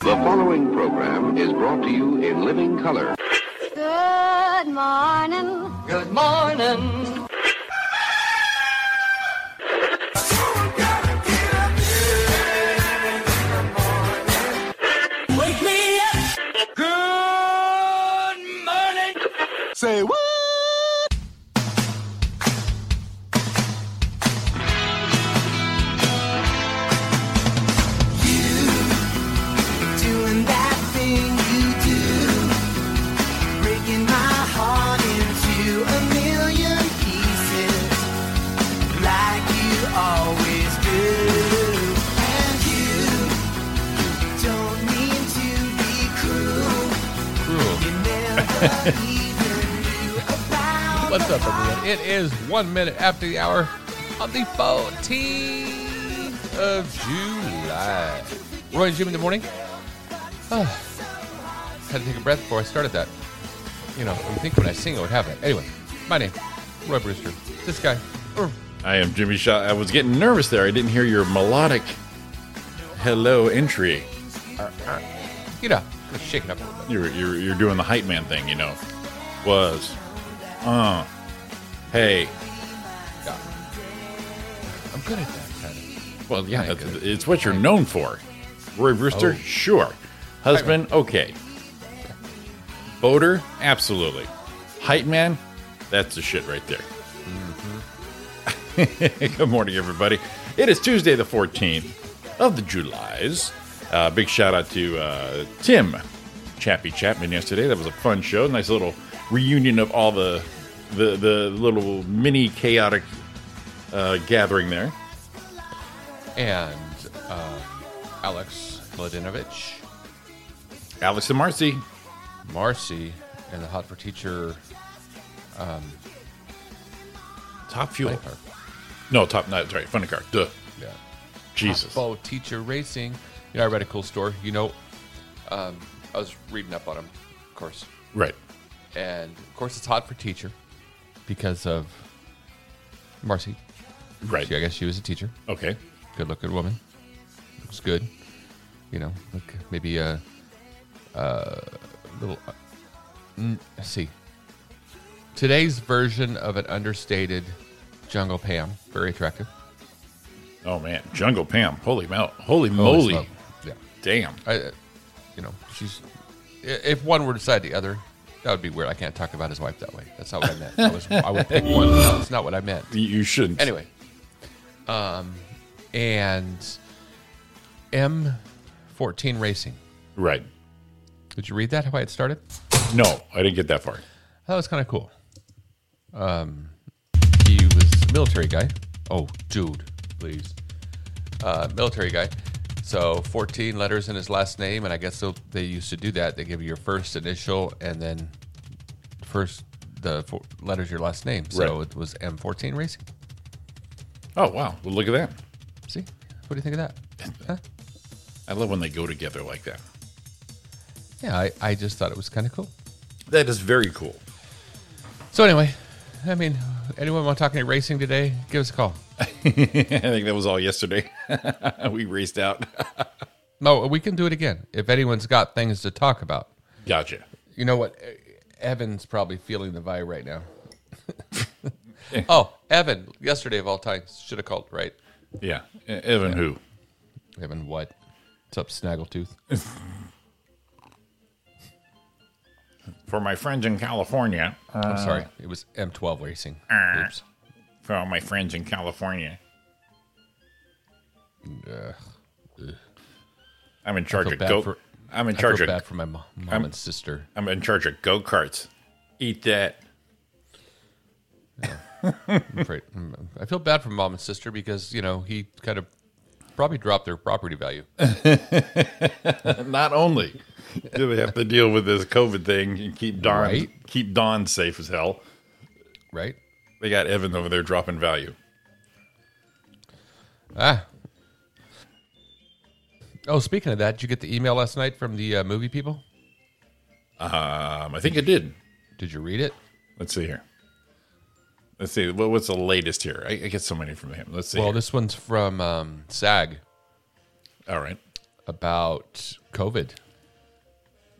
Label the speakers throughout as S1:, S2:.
S1: The following program is brought to you in living color.
S2: Good morning.
S3: Good morning.
S4: Wake me up. Good morning. Say what?
S5: Doing that thing you do, breaking my heart into a million pieces, like you always do. And you don't mean to be cruel. You never even knew about
S6: What's
S5: the
S6: up, everyone? It is one minute after the hour on the 14th of July. Roy and Jim in the morning. Ah, had to take a breath before I started that. You know, I would think when I sing, I would have that. Anyway, my name, Roy Brewster. This guy. er,
S7: I am Jimmy Shaw. I was getting nervous there. I didn't hear your melodic hello entry.
S6: You know, I'm shaking up a little bit.
S7: You're, you're, you're doing the hype man thing, you know. Was. Uh. Hey.
S6: Yeah. I'm good at that, kind of.
S7: Well, yeah,
S6: Thank
S7: that's,
S6: you.
S7: it's what you're known for. Roy Brewster,
S6: Oh.
S7: sure. Husband, okay. Boater, absolutely. Hype man, that's the shit right there.
S6: Mm-hmm.
S7: Good morning, everybody. It is Tuesday, the 14th of the Julys. Uh, big shout out to uh, Tim Chappy Chapman yesterday. That was a fun show. Nice little reunion of all the the, the little mini chaotic uh, gathering there.
S6: And um, Alex Mladinovich,
S7: Alex and Marcy,
S6: Marcy, and the Hot for Teacher
S7: Top Fuel.
S6: Light Bar.
S7: No, top. No, sorry, funny car. Duh.
S6: Yeah.
S7: Jesus.
S6: Bow teacher racing. You know, I read a cool story. You know, um, I was reading up on him, of course,
S7: Right.
S6: and of course it's hot for teacher because of Marcy.
S7: Right.
S6: She, I guess she was a teacher,
S7: Okay.
S6: good-looking woman, looks good. You know, look maybe a, a little. Uh, mm, let's see, today's version of an understated Jungle Pam, very attractive.
S7: Oh man, Jungle Pam. Holy mel. Holy,
S6: Holy
S7: moly.
S6: smoke. yeah.
S7: Damn.
S6: I, uh, you know, she's. i- If one were to side the other, that would be weird. I can't talk about his wife that way. That's not what I meant. I, was, I would pick one. That's not what I meant.
S7: You- You shouldn't.
S6: Anyway, um, and M fourteen racing.
S7: Right.
S6: Did you read that? How it started?
S7: No, I didn't get that far.
S6: That was kind of cool. Um, he was a military guy. Oh, dude, please. Uh, military guy. So 14 letters in his last name, and I guess so they used to do that. They give you your first initial and then first the four letters of your last name. So
S7: Right.
S6: it was M14 Racing.
S7: Oh wow. Well, look at that.
S6: See, what do you think of that? Huh?
S7: I love when they go together like that.
S6: Yeah, I, I just thought it was kind of cool.
S7: That is very cool.
S6: So anyway, I mean, anyone want to talk any racing today? Give us a call.
S7: I think that was all yesterday. we raced out.
S6: No, we can do it again if anyone's got things to talk about.
S7: Gotcha.
S6: You know what? E, Evan's probably feeling the vibe right now. oh, Evan, yesterday of all times, should have called, right?
S7: Yeah. E- Evan, who?
S6: Evan, what? What's up, Snaggletooth?
S7: For my friends in California.
S6: I'm sorry. It was M12 racing.
S7: Uh.
S6: Oops.
S7: For all my friends in California.
S6: Ugh.
S7: I'm in charge
S6: feel
S7: of
S6: bad
S7: go.
S6: for-
S7: I'm in
S6: I feel
S7: charge of
S6: bad for my mo- mom and sister.
S7: I'm in charge of go karts. Eat that.
S6: I'm afraid- I'm- I feel bad for mom and sister because, you know, he kind of probably dropped their property value.
S7: Not only do they have to deal with this COVID thing and keep Don
S6: Right.
S7: keep Don safe as hell,
S6: Right?
S7: they got Evan over there dropping value.
S6: Ah. Oh, speaking of that, did you get the email last night from the uh, movie people?
S7: Um, I think it did.
S6: Did you read it?
S7: Let's see here. Let's see. What, what's the latest here? I, I get so many from him. Let's see.
S6: Well,
S7: here.
S6: this one's from um, SAG.
S7: All right.
S6: about COVID.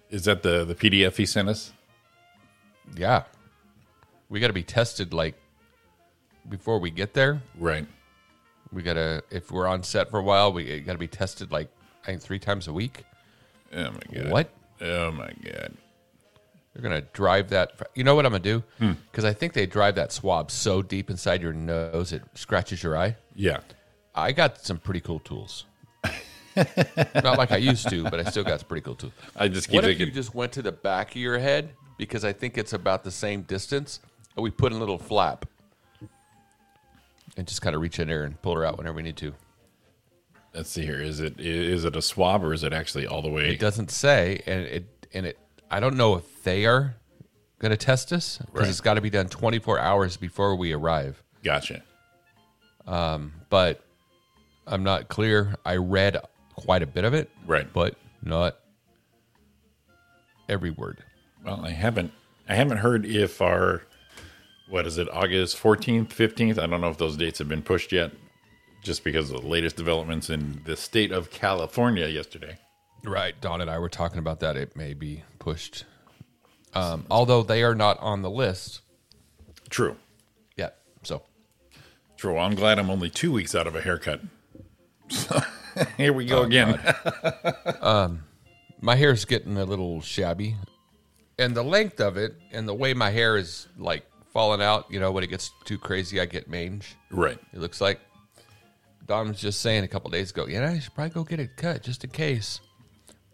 S7: Is that the, the PDF he sent us?
S6: Yeah. We got to be tested like before we get there.
S7: Right.
S6: We got to, if we're on set for a while, we got to be tested like, I think three times a week.
S7: Oh my god.
S6: What?
S7: Oh my god.
S6: They're going to drive that. You know what I'm going to do? Because I think they drive that swab so deep inside your nose it scratches your eye.
S7: Yeah.
S6: I got some pretty cool tools. Not like I used to, but I still got some pretty cool tools.
S7: I just keep
S6: What if
S7: thinking.
S6: you just went to the back of your head because I think it's about the same distance, and we put in a little flap, and just kind of reach in there and pull her out whenever we need to.
S7: let's see here. Is it is it a swab or is it actually all the way?
S6: It doesn't say, and it and it. I don't know if they are going to test us because
S7: Right.
S6: it's got to be done 24 hours before we arrive.
S7: Gotcha.
S6: But I'm not clear. I read quite a bit of it,
S7: Right.
S6: But not every word.
S7: Well, I haven't I haven't heard if our what is it August 14th, 15th? I don't know if those dates have been pushed yet just because of the latest developments in the state of California yesterday.
S6: Right. Don and I were talking about that. It may be pushed. Um, although they are not on the list
S7: True.
S6: yet. So
S7: True. I'm glad I'm only 2 weeks out of a haircut. So here we go again.
S6: my hair's getting a little shabby. And the length of it and the way my hair is like falling out, you know, when it gets too crazy, I get mange.
S7: Right.
S6: It looks like Don was just saying a couple days ago, you know, I should probably go get it cut just in case.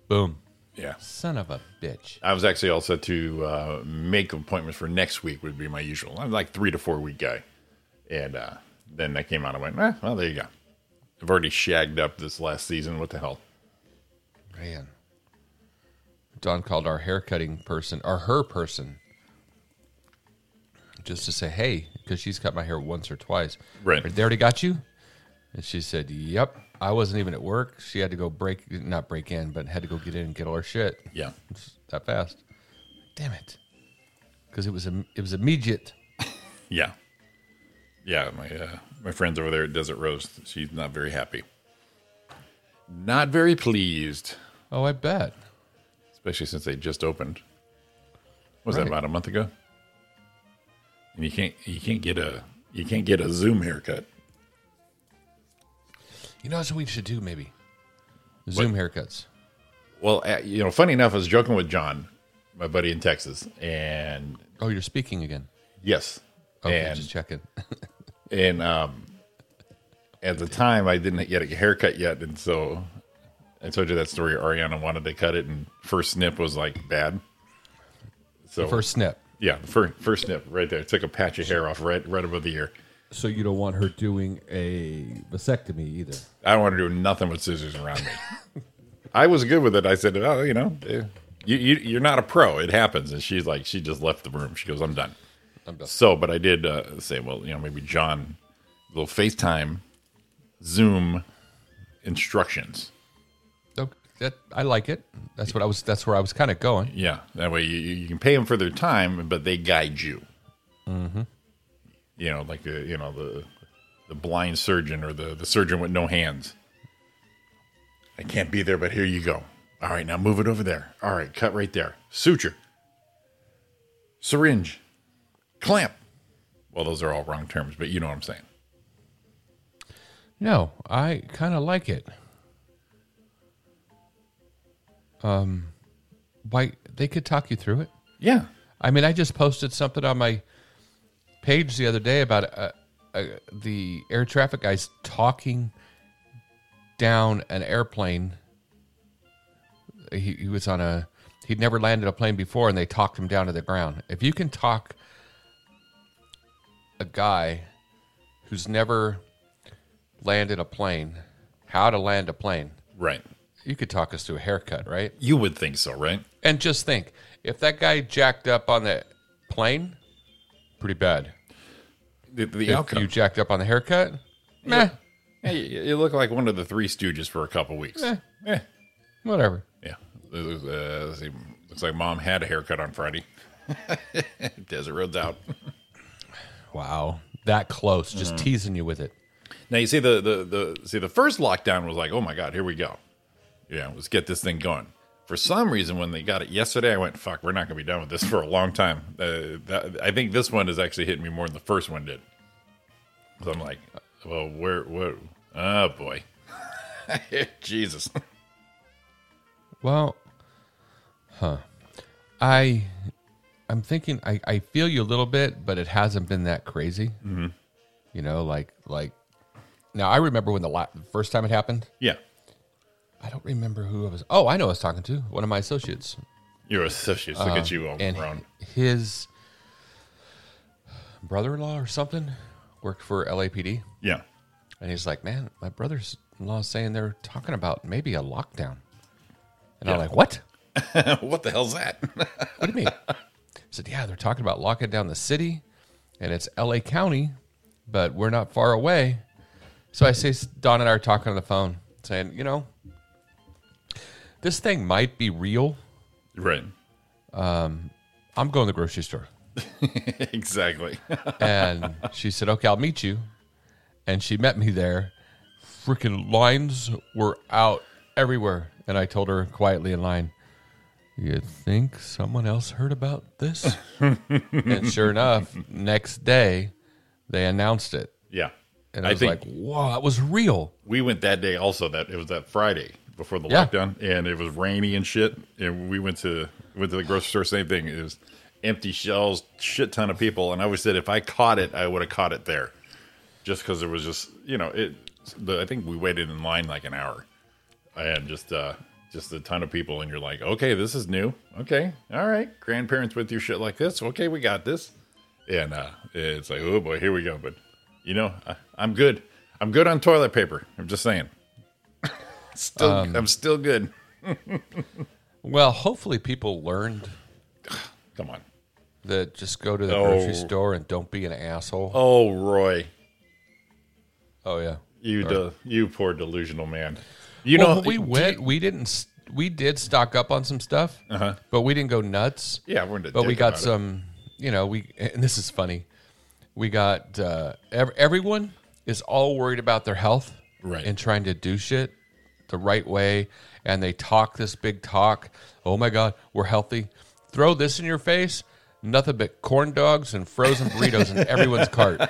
S6: Boom.
S7: Yeah.
S6: Son of a bitch.
S7: I was actually all set to uh, make appointments for next week would be my usual. I'm like three to four week guy, and uh, then that came out. I went, eh, well, there you go. I've already shagged up this last season. What the hell?
S6: Man. Don called our hair cutting person or her person just to say, hey, because she's cut my hair once or twice.
S7: Right.
S6: They already got you? And she said, yep. I wasn't even at work. She had to go break, not break in, but had to go get in and get all her shit.
S7: Yeah,
S6: It's that fast. Damn it. Because it was im- it was immediate.
S7: yeah, yeah. My uh, my friends over there at Desert Rose. She's not very happy. Not very pleased,
S6: Oh, I bet.
S7: especially since they just opened. What was
S6: Right.
S7: that about a month ago? And you can't you can't get a you can't get a Zoom haircut.
S6: You know what we should do maybe? Zoom haircuts.
S7: Well, uh, you know, funny enough, I was joking with John, my buddy in Texas, and
S6: Oh, you're speaking again.
S7: yes,
S6: Okay,
S7: and
S6: just checking.
S7: and um, at the time I didn't get a haircut yet, and so I told you that story. Ariana wanted to cut it, and first snip was like bad. So
S6: First snip.
S7: yeah, first first snip right there took a patch of hair off right right above the ear.
S6: So you don't want her doing a vasectomy either.
S7: I don't want to do nothing with scissors around me. I was good with it. I said, oh, you know, eh, you, you, you're not a pro. It happens. And she's like, she just left the room. She goes, I'm done.
S6: I'm done.
S7: So, but I did uh, say, well, you know, maybe John, little FaceTime, Zoom instructions.
S6: So that I like it. That's what I was. That's where I was kind of going.
S7: Yeah. That way you, you you can pay them for their time, but they guide you. Mm-hmm. You know, like, the, you know, the, the blind surgeon or the, the surgeon with no hands. I can't be there, but here you go. All right, now move it over there. All right, cut right there. Suture. Syringe. Clamp. Well, those are all wrong terms, but you know what I'm saying.
S6: No, I kind of like it. Um, Um, why they could talk you through it.
S7: Yeah.
S6: I mean, I just posted something on my page the other day about uh, uh, the air traffic guys talking down an airplane. He, he was on a he'd never landed a plane before, and they talked him down to the ground. If you can talk a guy who's never landed a plane how to land a plane,
S7: Right.
S6: you could talk us through a haircut, right?
S7: You would think so, right?
S6: And just think, if that guy jacked up on the plane, pretty bad.
S7: The, the
S6: If
S7: outcome.
S6: you jacked up on the haircut, meh,
S7: Hey, you you look like one of the three stooges for a couple weeks.
S6: Eh.
S7: Eh.
S6: whatever.
S7: Yeah. Uh, let's see. Looks like mom had a haircut on Friday. Desert Road's out.
S6: Wow, that close, just teasing you with it.
S7: Now you see the, the the see the first lockdown was like, oh my god, here we go. you know, let's get this thing going. For some reason, when they got it yesterday, I went, fuck, we're not going to be done with this for a long time. Uh, that, I think this one is actually hitting me more than the first one did. So I'm like, well, where, where, oh boy. Jesus.
S6: Well, huh. I I'm thinking I, I feel you a little bit, but it hasn't been that crazy. Mm-hmm. You know, like like now I remember when the, la- the first time it happened.
S7: Yeah.
S6: I don't remember who I was. Oh, I know I was talking to one of my associates,
S7: You're associates. Look at you all
S6: and
S7: grown.
S6: his brother-in-law or something worked for LAPD,
S7: Yeah.
S6: and he's like, "Man, my brother's-in-law's saying they're talking about maybe a lockdown," and I'm
S7: Yeah.
S6: like, "What?"
S7: what the hell's that?
S6: What do you mean? I said, yeah, they're talking about locking down the city, and it's L.A. County, but we're not far away. So I say, Don and I are talking on the phone, saying, you know, this thing might be real.
S7: right.
S6: I'm going to the grocery store,
S7: exactly.
S6: and she said, okay, I'll meet you, and she met me there. Freaking lines were out everywhere, and I told her quietly in line. You think someone else heard about this? and sure enough, next day they announced it.
S7: yeah.
S6: And I, was like, whoa, that was real.
S7: we went that day also that it was that Friday before the
S6: Yeah.
S7: lockdown and it was rainy and shit and we went to went to the grocery store same thing it was empty shelves shit ton of people and I always said if I caught it I would have caught it there just because it was just you know it the, I think we waited in line like an hour and just uh just a ton of people and you're like okay this is new okay all right grandparents with you shit like this okay we got this and uh, it's like, oh boy, here we go. But you know, I, I'm good. I'm good on toilet paper. I'm just saying. still,
S6: Um,
S7: I'm still good.
S6: Well, hopefully people learned
S7: Come on.
S6: that just go to the
S7: Oh.
S6: grocery store and don't be an asshole. Oh,
S7: Oh, Roy,
S6: yeah.
S7: you de- you poor delusional man.
S6: You
S7: You
S6: well,
S7: know,
S6: when we went, we didn't, s- we did stock up on some stuff, but we didn't go nuts.
S7: Yeah, we're into
S6: But we
S7: dick
S6: got
S7: about it.
S6: some, you know, we, and this is funny. We got, uh, ev- everyone is all worried about their health
S7: Right.
S6: and trying to do shit the right way. And they talk this big talk. Oh my God, we're healthy. Throw this in your face. Nothing but corn dogs and frozen burritos in everyone's cart.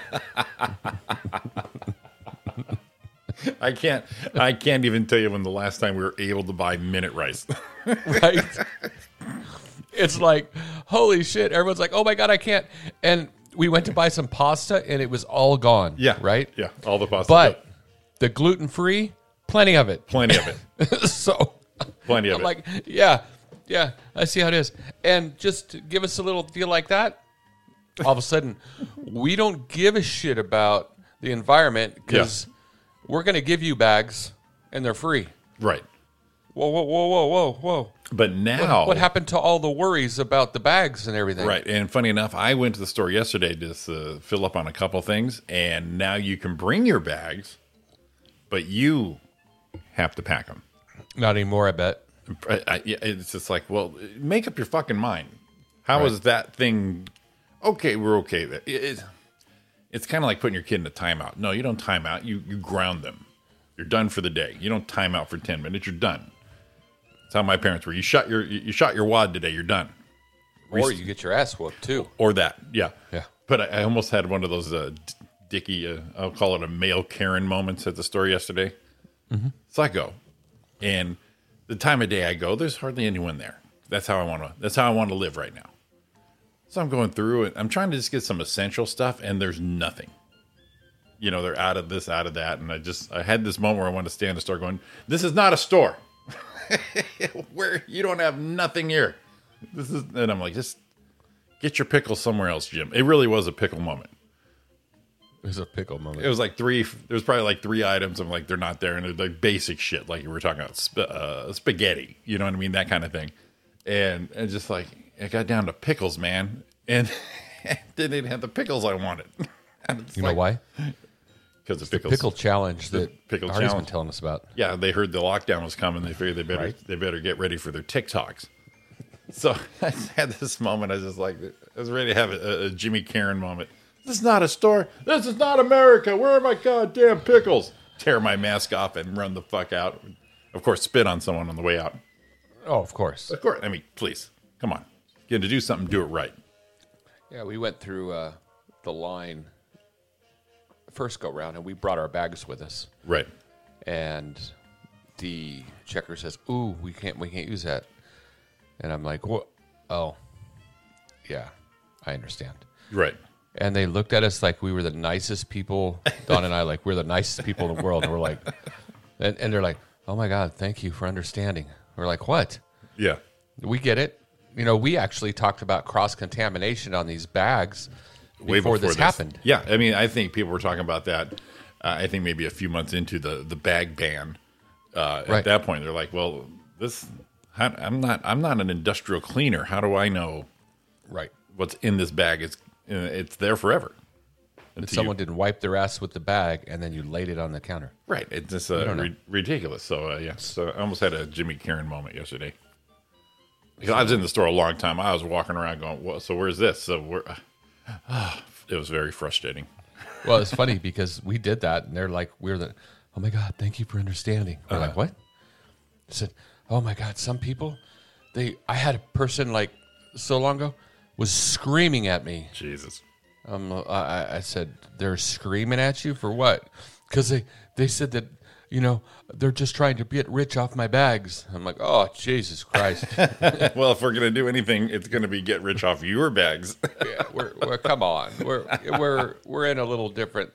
S7: I can't. I can't even tell you when the last time we were able to buy minute rice.
S6: right? It's like, holy shit. Everyone's like, oh my God, I can't. And we went to buy some pasta and it was all gone.
S7: yeah.
S6: Right?
S7: Yeah. All the pasta.
S6: But
S7: Yep.
S6: the gluten free, plenty of it.
S7: plenty of it.
S6: so
S7: Plenty of
S6: I'm
S7: it.
S6: like, yeah, yeah, I see how it is. And just to give us a little feel like that, all of a sudden, we don't give a shit about the environment because we're going to give you bags and they're free.
S7: right.
S6: Whoa, whoa, whoa, whoa, whoa, whoa.
S7: But now,
S6: What happened to all the worries about the bags and everything?
S7: Right. And funny enough, I went to the store yesterday to uh, fill up on a couple things, and now you can bring your bags, but you have to pack them.
S6: Not anymore, I bet.
S7: I, I, yeah, it's just like, well, make up your fucking mind. How is that thing? Okay, we're okay. It, it, it's kind of like putting your kid in a timeout. No, you don't time out. You you ground them. You're done for the day. You don't time out for ten minutes. You're done. That's how my parents were. You shot your you you shot your wad today. You're done.
S6: Or you get your ass whooped too.
S7: or that. Yeah,
S6: Yeah.
S7: But I, I almost had one of those uh, d- dicky, uh, I'll call it a male Karen moments at the store yesterday. So I go, and the time of day I go, there's hardly anyone there. That's how I want to. That's how I want to live right now. So I'm going through and I'm trying to just get some essential stuff, and there's nothing. You know, they're out of this, out of that, and I just I had this moment where I wanted to stay in the store, going, "This is not a store." where you don't have nothing here. This is, and I'm like, just get your pickle somewhere else, Jim. It really was a pickle moment.
S6: It was a pickle moment.
S7: It was like three. There was probably like three items. I'm like, they're not there, and they're like basic shit, like you were talking about sp- uh, spaghetti. You know what I mean? That kind of thing. And and just like it got down to pickles, man, and they didn't have the pickles I wanted.
S6: you know why?
S7: Because the pickles.
S6: Pickle challenge
S7: The
S6: that
S7: pickle
S6: Artie's
S7: challenge.
S6: been telling us about.
S7: Yeah, they heard the lockdown was coming. They figured they better
S6: Right.
S7: they better get ready for their TikToks. So I just had this moment. I was just like, I was ready to have a, a Jimmy Karen moment. This is not a store. This is not America. Where are my goddamn pickles? Tear my mask off and run the fuck out. Of course, spit on someone on the way out.
S6: Oh, of course.
S7: Of course. I mean, please, come on. You have to do something, do it right.
S6: Yeah, we went through uh, the line first go round, and we brought our bags with us.
S7: Right.
S6: and the checker says, "Ooh, we can't, we can't use that." And I'm like, "What? Oh, yeah, I understand."
S7: Right.
S6: And they looked at us like we were the nicest people. Don and I, like we're the nicest people in the world. And we're like, and, and they're like, "Oh my God, thank you for understanding." We're like, "What?
S7: Yeah.
S6: We get it." You know, we actually talked about cross contamination on these bags before,
S7: Way
S6: this, happened.
S7: Yeah. I mean, I think people were talking about that. Uh, I think maybe a few months into the the bag ban. Uh, At
S6: Right.
S7: that point, they're like, "Well, this, how, I'm not, I'm not an industrial cleaner. How do I know
S6: Right.
S7: what's in this bag? It's, uh, it's there forever."
S6: And
S7: Until you-
S6: someone didn't wipe their ass with the bag, and then you laid it on the counter.
S7: Right. It's just uh,
S6: don't know.
S7: ri- ridiculous. So, uh, yeah. So I almost had a Jimmy Karen moment yesterday. 'Cause I was in the store a long time. I was walking around going, well, so where's this? So where? it was very frustrating.
S6: Well, it's funny because we did that, and they're like, "We're the, oh my god, thank you for understanding." We're like, "What?" I said, "Oh my god, some people, they, I had a person like so long ago was screaming at me.
S7: Jesus.
S6: Um, I- I, I said, they're screaming at you for what? Because they, they said that." You know, they're just trying to get rich off my bags. I'm like, oh Jesus Christ!
S7: well, if we're going to do anything, it's going to be get rich off your bags.
S6: Yeah, we're, we're come on, we're we're we're in a little different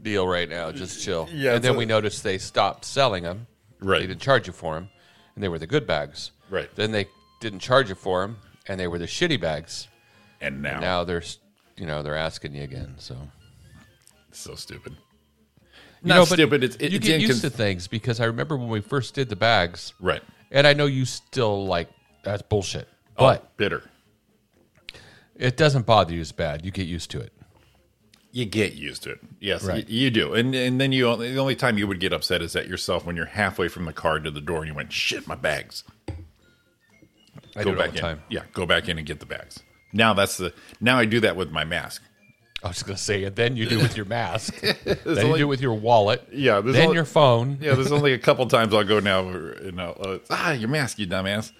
S6: deal right now. Just chill.
S7: Yeah,
S6: and then
S7: so-
S6: we noticed they stopped selling them.
S7: Right.
S6: They didn't charge you for them, and they were the good bags.
S7: Right.
S6: Then they didn't charge you for them, and they were the shitty bags.
S7: and now,
S6: Now they're s- you know they're asking you again. So
S7: it's so stupid.
S6: you
S7: Not
S6: know, but
S7: stupid. It's, it,
S6: you
S7: it's
S6: get used
S7: incon-
S6: to things because I remember when we first did the bags,
S7: Right.
S6: and I know you still like that's bullshit, but
S7: Oh, bitter.
S6: it doesn't bother you as bad. You get used to it.
S7: you get used to it. Yes,
S6: Right.
S7: y- you do. And and then you only, the only time you would get upset is at yourself when you're halfway from the car to the door and you went, "Shit, my bags."
S6: I do
S7: go
S6: it all
S7: back
S6: the
S7: in.
S6: time.
S7: Yeah, go back in and get the bags. Now that's the now I do that with my mask.
S6: I was gonna say, and then you do with your mask, then you
S7: only-
S6: do with your wallet,
S7: Yeah, there's
S6: then
S7: only-
S6: your phone.
S7: Yeah, there's only a couple times I'll go now and I'll, uh, ah, your mask, you dumbass.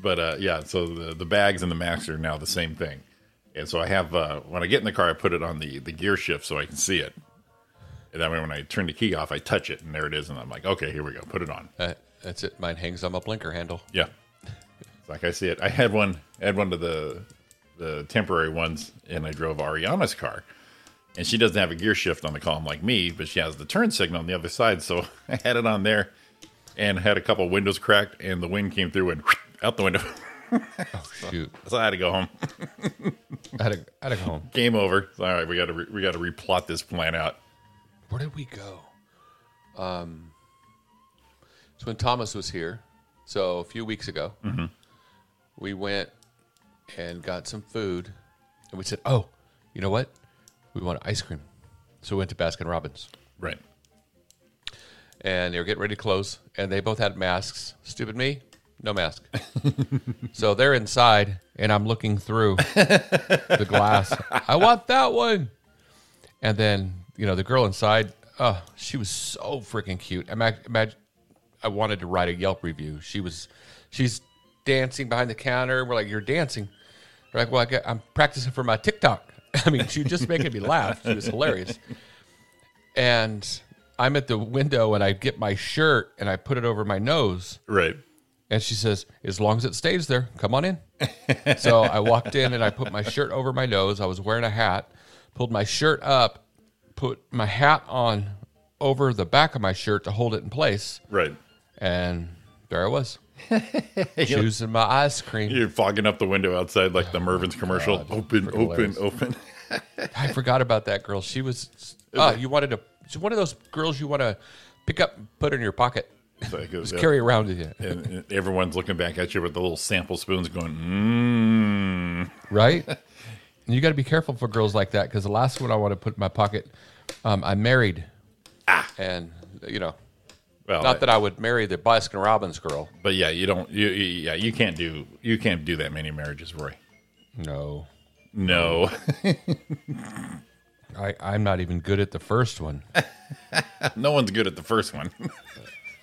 S7: But uh, yeah, so the, the bags and the mask are now the same thing. And so I have uh, when I get in the car, I put it on the the gear shift so I can see it. And that way, when I turn the key off, I touch it, and there it is. And I'm like, okay, here we go, put it on.
S6: Uh, that's it. Mine hangs on my blinker handle.
S7: Yeah, it's like I see it. I had one. I had one of the the temporary ones, and I drove Ariana's car, and she doesn't have a gear shift on the column like me, but she has the turn signal on the other side. So I had it on there, and had a couple windows cracked, and the wind came through and out the window.
S6: Shoot,
S7: so I had to go home.
S6: I had to, I had to go home.
S7: Game over. So, all right, we got to re- we got to replot this plan out.
S6: Where did we go? Um, it's when Thomas was here, so a few weeks ago, we went and got some food, and we said, "Oh, you know what? We want ice cream." So we went to Baskin Robbins.
S7: Right.
S6: and they were getting ready to close, and they both had masks. Stupid me, no mask. so they're inside, and I'm looking through the glass. I want that one. And then you know the girl inside. Oh, she was so freaking cute. Imagine, I wanted to write a Yelp review. She was, she's dancing behind the counter. We're like, you're dancing. They're like, well, I got, I'm practicing for my TikTok. I mean, she was just making me laugh. She was hilarious and I'm at the window and I get my shirt and I put it over my nose.
S7: Right.
S6: And she says, as long as it stays there, come on in. so I walked in and I put my shirt over my nose. I was wearing a hat, pulled my shirt up, put my hat on over the back of my shirt to hold it in place.
S7: Right.
S6: And there I was, choosing my ice cream.
S7: You're fogging up the window outside like the Mervin's commercial. Open,
S6: Oh Freaking
S7: open,
S6: hilarious.
S7: open.
S6: I forgot about that girl. She was, oh, you wanted to, she's one of those girls you want to pick up and put in your pocket,
S7: It's like,
S6: just
S7: uh,
S6: carry around with you.
S7: and and everyone's looking back at you with the little sample spoons going, mmm.
S6: right? And you got to be careful for girls like that because the last one I want to put in my pocket, um, I married, and you know,
S7: Well,
S6: not that I would marry the Baskin Robbins girl.
S7: but yeah, you don't, you, you, yeah, you can't do, you can't do that many marriages, Roy.
S6: No,
S7: No,
S6: I, I'm not even good at the first one.
S7: no one's good at the first one.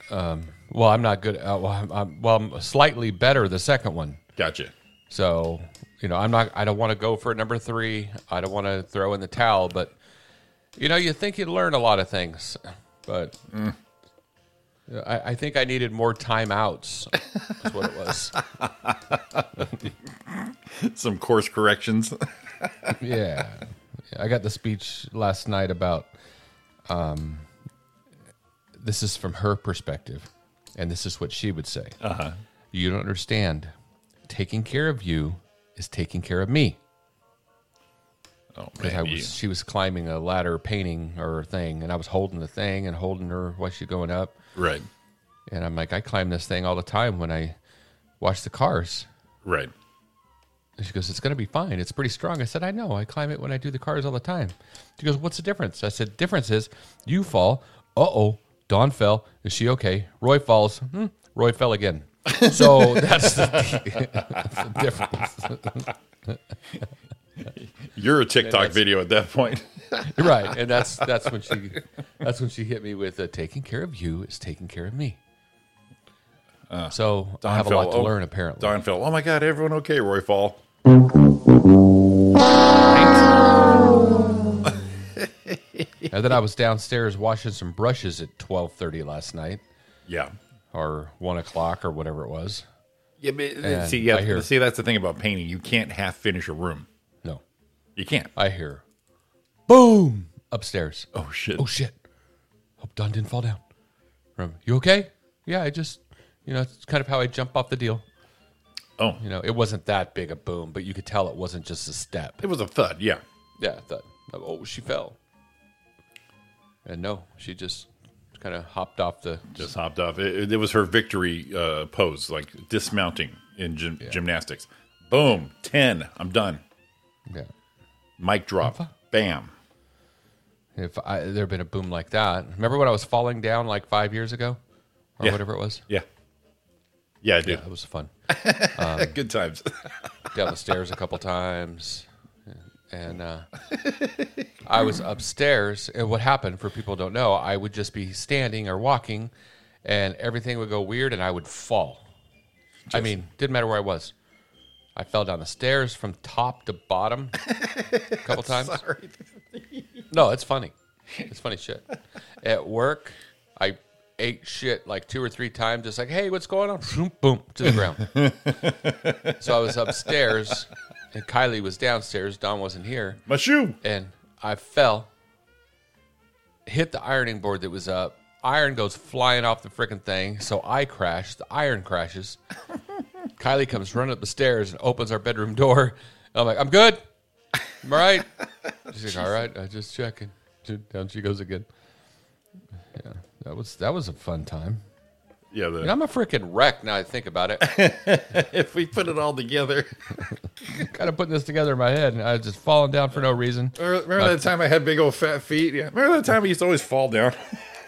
S6: Well, I'm not good. Uh, well, I'm, I'm, well, I'm slightly better the second one.
S7: Gotcha.
S6: So, you know, I'm not, I don't want to go for number three. I don't want to throw in the towel, but, you know, you think you learn a lot of things, but I, I think I needed more timeouts. That's what it was.
S7: Some course corrections.
S6: yeah. I got the speech last night about um, this is from her perspective, and this is what she would say. Uh-huh. You don't understand. Taking care of you is taking care of me.
S7: Oh
S6: Because I
S7: man, you-
S6: was, she was climbing a ladder painting or thing, and I was holding the thing and holding her while she's going up.
S7: right,
S6: And I'm like, I climb this thing all the time when I watch the cars.
S7: right.
S6: And she goes, It's going to be fine. It's pretty strong. I said, I know. I climb it when I do the cars all the time. She goes, What's the difference? I said, Difference is you fall. Uh oh. Dawn fell. Is she okay? Roy falls. Hmm. Roy fell again. So that's the, that's the difference.
S7: You're a TikTok video at that point.
S6: right. And that's that's when she that's when she hit me with uh, taking care of you is taking care of me.
S7: Uh,
S6: so I have a lot to
S7: oh,
S6: learn apparently.
S7: Don fell. Oh my God, everyone okay? Roy fall.
S6: And then I was downstairs washing some brushes at twelve thirty last night,
S7: Yeah.
S6: or one o'clock, or whatever it was.
S7: Yeah, but uh,
S6: And
S7: see,
S6: I
S7: yeah,
S6: hear-
S7: see, that's the thing about painting. You can't half finish a room.
S6: No,
S7: You can't.
S6: I hear, boom upstairs. Oh,
S7: Oh shit.
S6: oh shit! Hope Don didn't fall down. From you okay? Yeah, I just, you know, it's kind of how I jump off the deal.
S7: Oh.
S6: You know, it wasn't that big a boom, but you could tell it wasn't just a step.
S7: It was a thud. Yeah.
S6: Yeah, I thought, oh, she fell. And no, she just kind of hopped off the.
S7: Just hopped off. It, it- it was her victory uh, pose, like dismounting in gym, gymnastics. Boom. 10. I'm done.
S6: Yeah.
S7: Mic drop. Bam.
S6: If I, there had been a boom like that, remember when I was falling down like five years ago, or
S7: Yeah.
S6: whatever it was?
S7: Yeah. Yeah, I do.
S6: That was fun.
S7: Good times.
S6: Down the stairs a couple times, and uh, I was upstairs. And what happened for people who don't know, I would just be standing or walking, and everything would go weird, and I would fall. I mean, didn't matter where I was. I fell down the stairs from top to bottom a couple times.
S7: Sorry.
S6: No, it's funny. It's funny shit. At work, I ate shit like two or three times. Just like, hey, what's going on? Boom, boom, to the ground. so I was upstairs, and Kylie was downstairs. Don wasn't here,
S7: My shoe.
S6: and I fell, hit the ironing board that was up. Iron goes flying off the freaking thing, so I crash. The iron crashes. Kylie comes running up the stairs and opens our bedroom door. I'm like, I'm good. I'm all right. She's like, all right, I just checking. Down she goes again. Yeah, that was that was a fun time.
S7: Yeah. The,
S6: And I'm a freaking wreck now. I think about it.
S7: if we put it all together.
S6: kind of putting this together in my head, and I was just falling down for no reason.
S7: Remember, remember that time I had big old fat feet? Yeah. Remember that time I used to always fall down?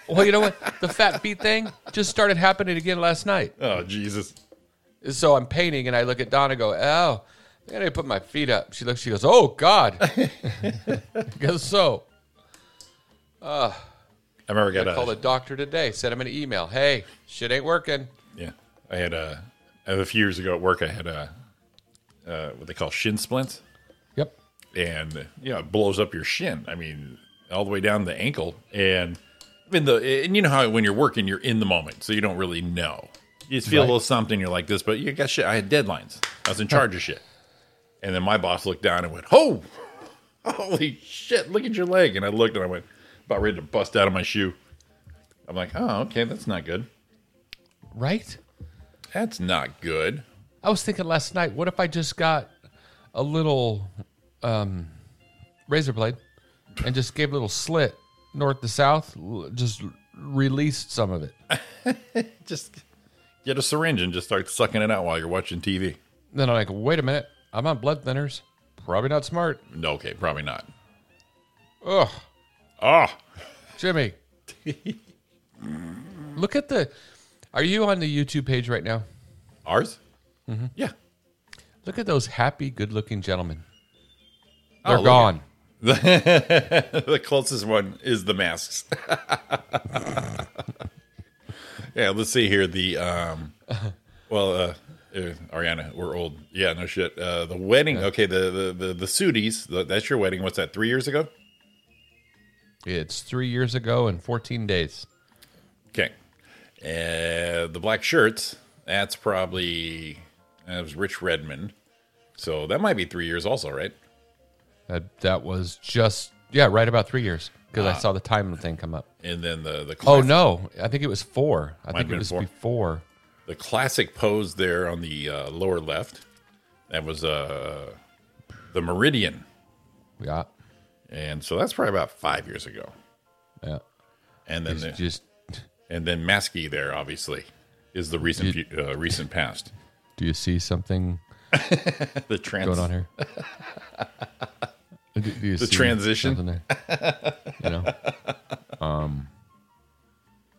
S6: Well, you know what? The fat beat thing just started happening again last night.
S7: Oh, Jesus.
S6: So I'm painting, and I look at Donna. and Go, oh, I gotta put my feet up. She looks. She goes, oh God. Goes so.
S7: I remember I got uh,
S6: I
S7: a-
S6: called the doctor today. Sent him an email. Hey, shit ain't working.
S7: Yeah, I had a, I had a few years ago at work. I had a, uh, what they call shin splints,
S6: Yep.
S7: and you know it blows up your shin. I mean, all the way down to the ankle, and I mean the, and you know how when you're working, you're in the moment, so you don't really know. You just feel a little something. You're like this, but you got shit. I had deadlines. I was in charge of shit, and then my boss looked down and went, "Oh, holy shit! Look at your leg!" And I looked and I went, about ready to bust out of my shoe. I'm like, "Oh, okay, that's not good.
S6: Right.
S7: That's not good."
S6: I was thinking last night, what if I just got a little um, razor blade and just gave a little slit north to south, l- just released some of it.
S7: just get a syringe and just start sucking it out while you're watching TV.
S6: Then I'm like, wait a minute, I'm on blood thinners. Probably not smart.
S7: No, okay, probably not.
S6: Ugh,
S7: Oh,
S6: Jimmy. Look at the. Are you on the YouTube page right now?
S7: ours? Mm-hmm. Yeah,
S6: Look at those happy, good looking gentlemen.
S7: Oh,
S6: They're
S7: look
S6: gone.
S7: the closest one is the masks. Yeah, let's see here. The um, well, uh, uh, Ariana, we're old. Yeah, no shit. Uh, the wedding. Okay, the the the, the Sooties. th- That's your wedding. What's that? Three years ago.
S6: It's three years ago and 14 days.
S7: Okay. Uh, the black shirts. That's probably that was Rich Redmond. So that might be three years also, right?
S6: That that was just yeah, right about three years because
S7: Ah.
S6: I saw the time thing come up.
S7: And then the the
S6: Oh
S7: class-
S6: no, I think it was four. I
S7: Might have
S6: think it
S7: been
S6: was
S7: four.
S6: before.
S7: the classic pose there on the uh, lower left. That was uh the Meridian,
S6: Yeah,
S7: and so that's probably about five years ago.
S6: yeah.
S7: And then
S6: It's
S7: the-
S6: just
S7: and then Maskey there obviously is the recent fu- uh, recent past.
S6: do you see something
S7: The trans
S6: going on here? Do- do you
S7: The
S6: see
S7: transition.
S6: something there? You know. Um.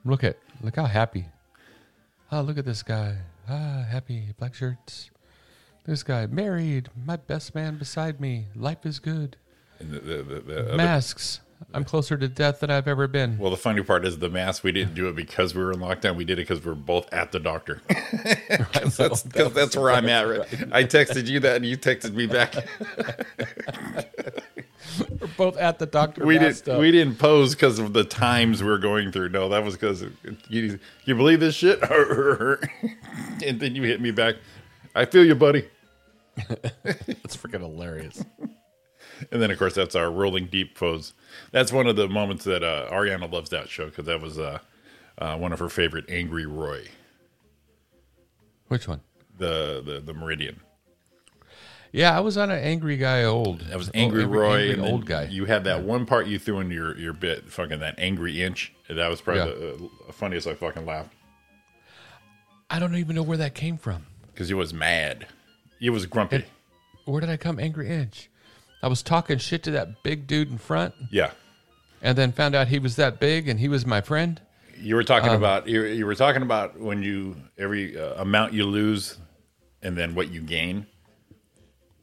S6: Look at look how happy. Oh, look at this guy. Ah, happy black shirts. This guy married. My best man beside me. Life is good.
S7: and the, the, the, the other-
S6: Masks. I'm closer to death than I've ever been.
S7: well, the funny part is the mask. We didn't do it because we were in lockdown. We did it because we were both at the doctor. 'Cause that's, 'cause that's where I'm at. Right? I texted you that, and you texted me back.
S6: We're both at the doctor.
S7: we
S6: masked
S7: didn't.
S6: up.
S7: We didn't pose because of the times we were going through. No, that was because you. You believe this shit? and then you hit me back. I feel you, buddy.
S6: It's freaking hilarious.
S7: And then, of course, that's our rolling deep pose. That's one of the moments that uh, Ariana loves that show because that was uh, uh, one of her favorite, Angry Roy,
S6: Which one?
S7: the the, the Meridian.
S6: Yeah, I was on an angry guy old. Oh,
S7: That was Angry Oh, Roy, and then
S6: old guy.
S7: You had that one part you threw in your your bit, fucking that angry inch. That was probably the uh, funniest I fucking laughed
S6: I don't even know where that came from.
S7: because he was mad. He was grumpy.
S6: Where did I come angry inch? I was talking shit to that big dude in front,
S7: yeah,
S6: and then found out he was that big, and he was my friend.
S7: you were
S6: Um,
S7: talking about you, you were talking about when you every uh, amount you lose, and then what you gain.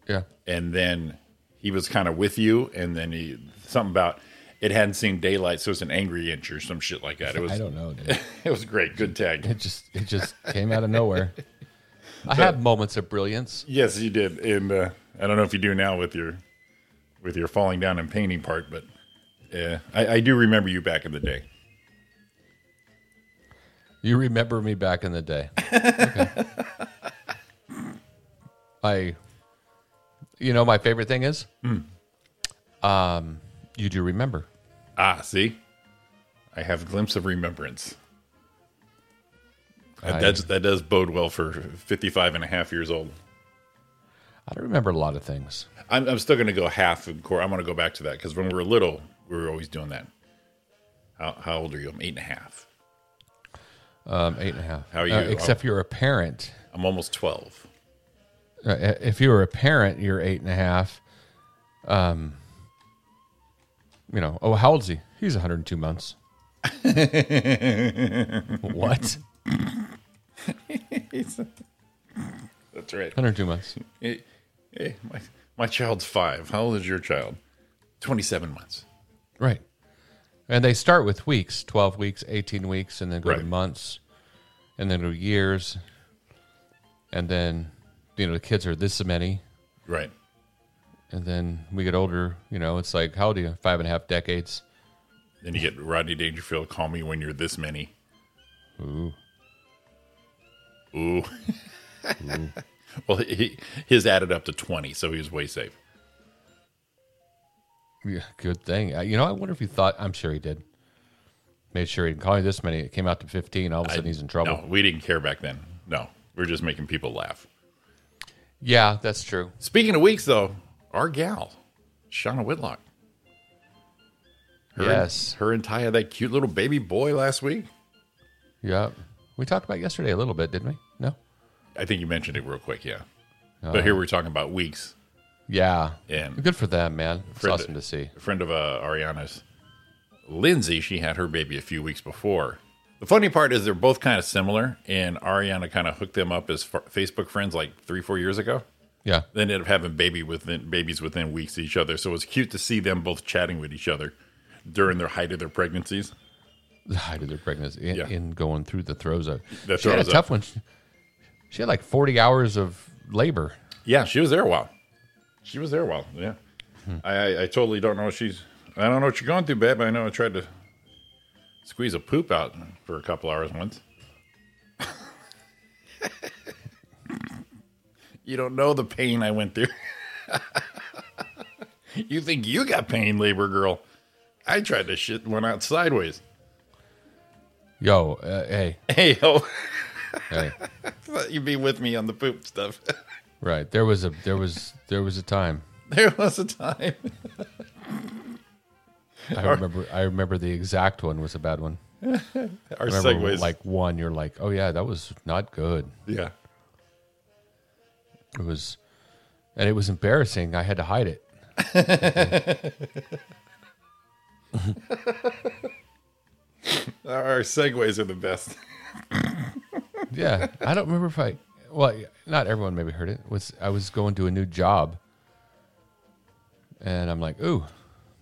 S6: Yeah,
S7: and then he was kind of with you, and then he something about it hadn't seen daylight, so it's an angry inch or some shit like that. It was
S6: I don't know, dude.
S7: it was great, good tag.
S6: It just it just came out of nowhere. I have moments of brilliance.
S7: yes, you did, and uh, I don't know if you do now with your with your falling down and painting part, but yeah, I, I do remember you back in the day.
S6: You remember me back in the day. Okay. I, you know, my favorite thing is,
S7: Hmm.
S6: um, you do remember.
S7: Ah, see, I have a glimpse of remembrance. That-
S6: I-
S7: that's, that does bode well for 55 and a half years old.
S6: I don't remember a lot of things.
S7: I'm, I'm still going to go half of core. I'm going to go back to that because when we were little, we were always doing that. How, how old are you? I'm eight and a half.
S6: Um, eight and a half.
S7: How are
S6: Uh,
S7: you?
S6: except if you're a parent.
S7: I'm almost 12.
S6: Uh, if you were a parent, you're eight and a half. Um, you know, oh, how old's he? He's 102 months. what?
S7: That's right.
S6: 102 months.
S7: Eh, eh, my, my child's five. How old is your child? 27 months.
S6: Right. And they start with weeks 12 weeks, 18 weeks, and then go to
S7: Right.
S6: months, and then to years. And then, you know, the kids are this many.
S7: Right.
S6: And then we get older, you know, it's like, how old are you? Five and a half decades.
S7: Then you get Rodney Dangerfield, call me when you're this many.
S6: Ooh.
S7: Ooh. well, he, his added up to 20, so he was way safe.
S6: Yeah, good thing. I, you know, I wonder if he thought. I'm sure he did. Made sure he didn't call you this many. It came out to 15. All of a sudden, he's in trouble.
S7: No, we didn't care back then. No, we were just making people laugh.
S6: Yeah, that's true.
S7: Speaking of weeks, though, our gal, Shauna Whitlock. Her
S6: Yes.
S7: her and Ty had that cute little baby boy last week.
S6: Yeah, we talked about yesterday a little bit, didn't we? No.
S7: I think you mentioned it real quick, yeah. but
S6: Uh-huh.
S7: here we're talking about weeks.
S6: Uh, Yeah.
S7: And-
S6: good for them, man. It's
S7: Friend-
S6: awesome to see.
S7: A friend of uh, Ariana's, Lindsay, she had her baby a few weeks before. The funny part is they're both kind of similar, and Ariana kind of hooked them up as fa- Facebook friends like three, four years ago.
S6: Yeah.
S7: They ended up having baby within babies within weeks of each other, so it was cute to see them both chatting with each other during their height of their pregnancies.
S6: the height of their pregnancy in,
S7: Yeah.
S6: in going through the throes of.
S7: The
S6: she had a
S7: throes of-
S6: tough one. She, she had like forty hours of labor.
S7: Yeah, she was there a while. She was there a while. Yeah, I, I I totally don't know what she's. I don't know what you're going through, babe. I know I tried to squeeze a poop out for a couple hours once. you don't know the pain I went through. you think you got pain, labor girl? I tried to shit one out sideways.
S6: Yo, uh, hey,
S7: Hey, oh,
S6: hey,
S7: thought you'd be with me on the poop stuff.
S6: right? There was a there was there was a time.
S7: there was a time.
S6: I remember. I remember the exact one was a bad one.
S7: Our
S6: I remember
S7: segues,
S6: like one. You're like, oh yeah, that was not good.
S7: yeah.
S6: It was, and it was embarrassing. I had to hide it.
S7: Our segues are the best.
S6: Yeah, I don't remember if I. Well, not everyone maybe heard it. Was I was going to a new job, and I'm like, ooh,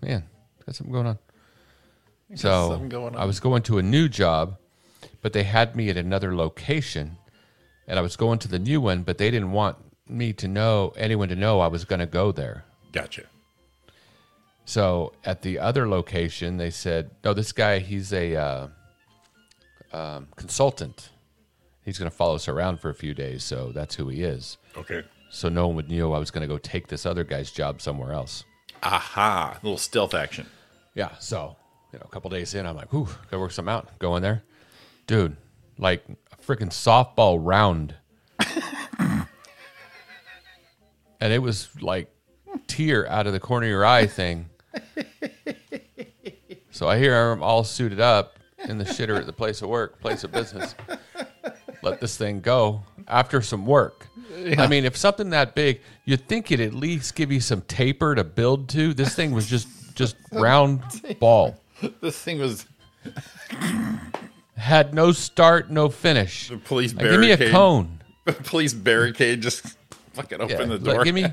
S6: man, got something going on. So
S7: something going
S6: I was going to a new job, but they had me at another location, and I was going to the new one, but they didn't want me to know anyone to know I was going to go there.
S7: Gotcha.
S6: So at the other location, they said, "No, this guy, he's a uh, um, consultant. He's going to follow us around for a few days, so that's who he is."
S7: Okay.
S6: So no one would know I was going to go take this other guy's job somewhere else.
S7: Aha. little stealth action.
S6: Yeah. So you know, a couple days in, I'm like, "Ooh, gotta work something out." Go in there, dude. Like a freaking softball round, and it was like tear out of the corner of your eye thing. So I hear I'm all suited up in the shitter at the place of work, place of business. Let this thing go after some work. I mean, if something that big, you'd think it'd at least give you some taper to build to. This thing was just just round ball.
S7: This thing was
S6: Had no start, no finish.
S7: the police
S6: Like, give
S7: barricade.
S6: me a cone.
S7: police barricade just fucking
S6: Yeah,
S7: open the
S6: let-
S7: door.
S6: give me,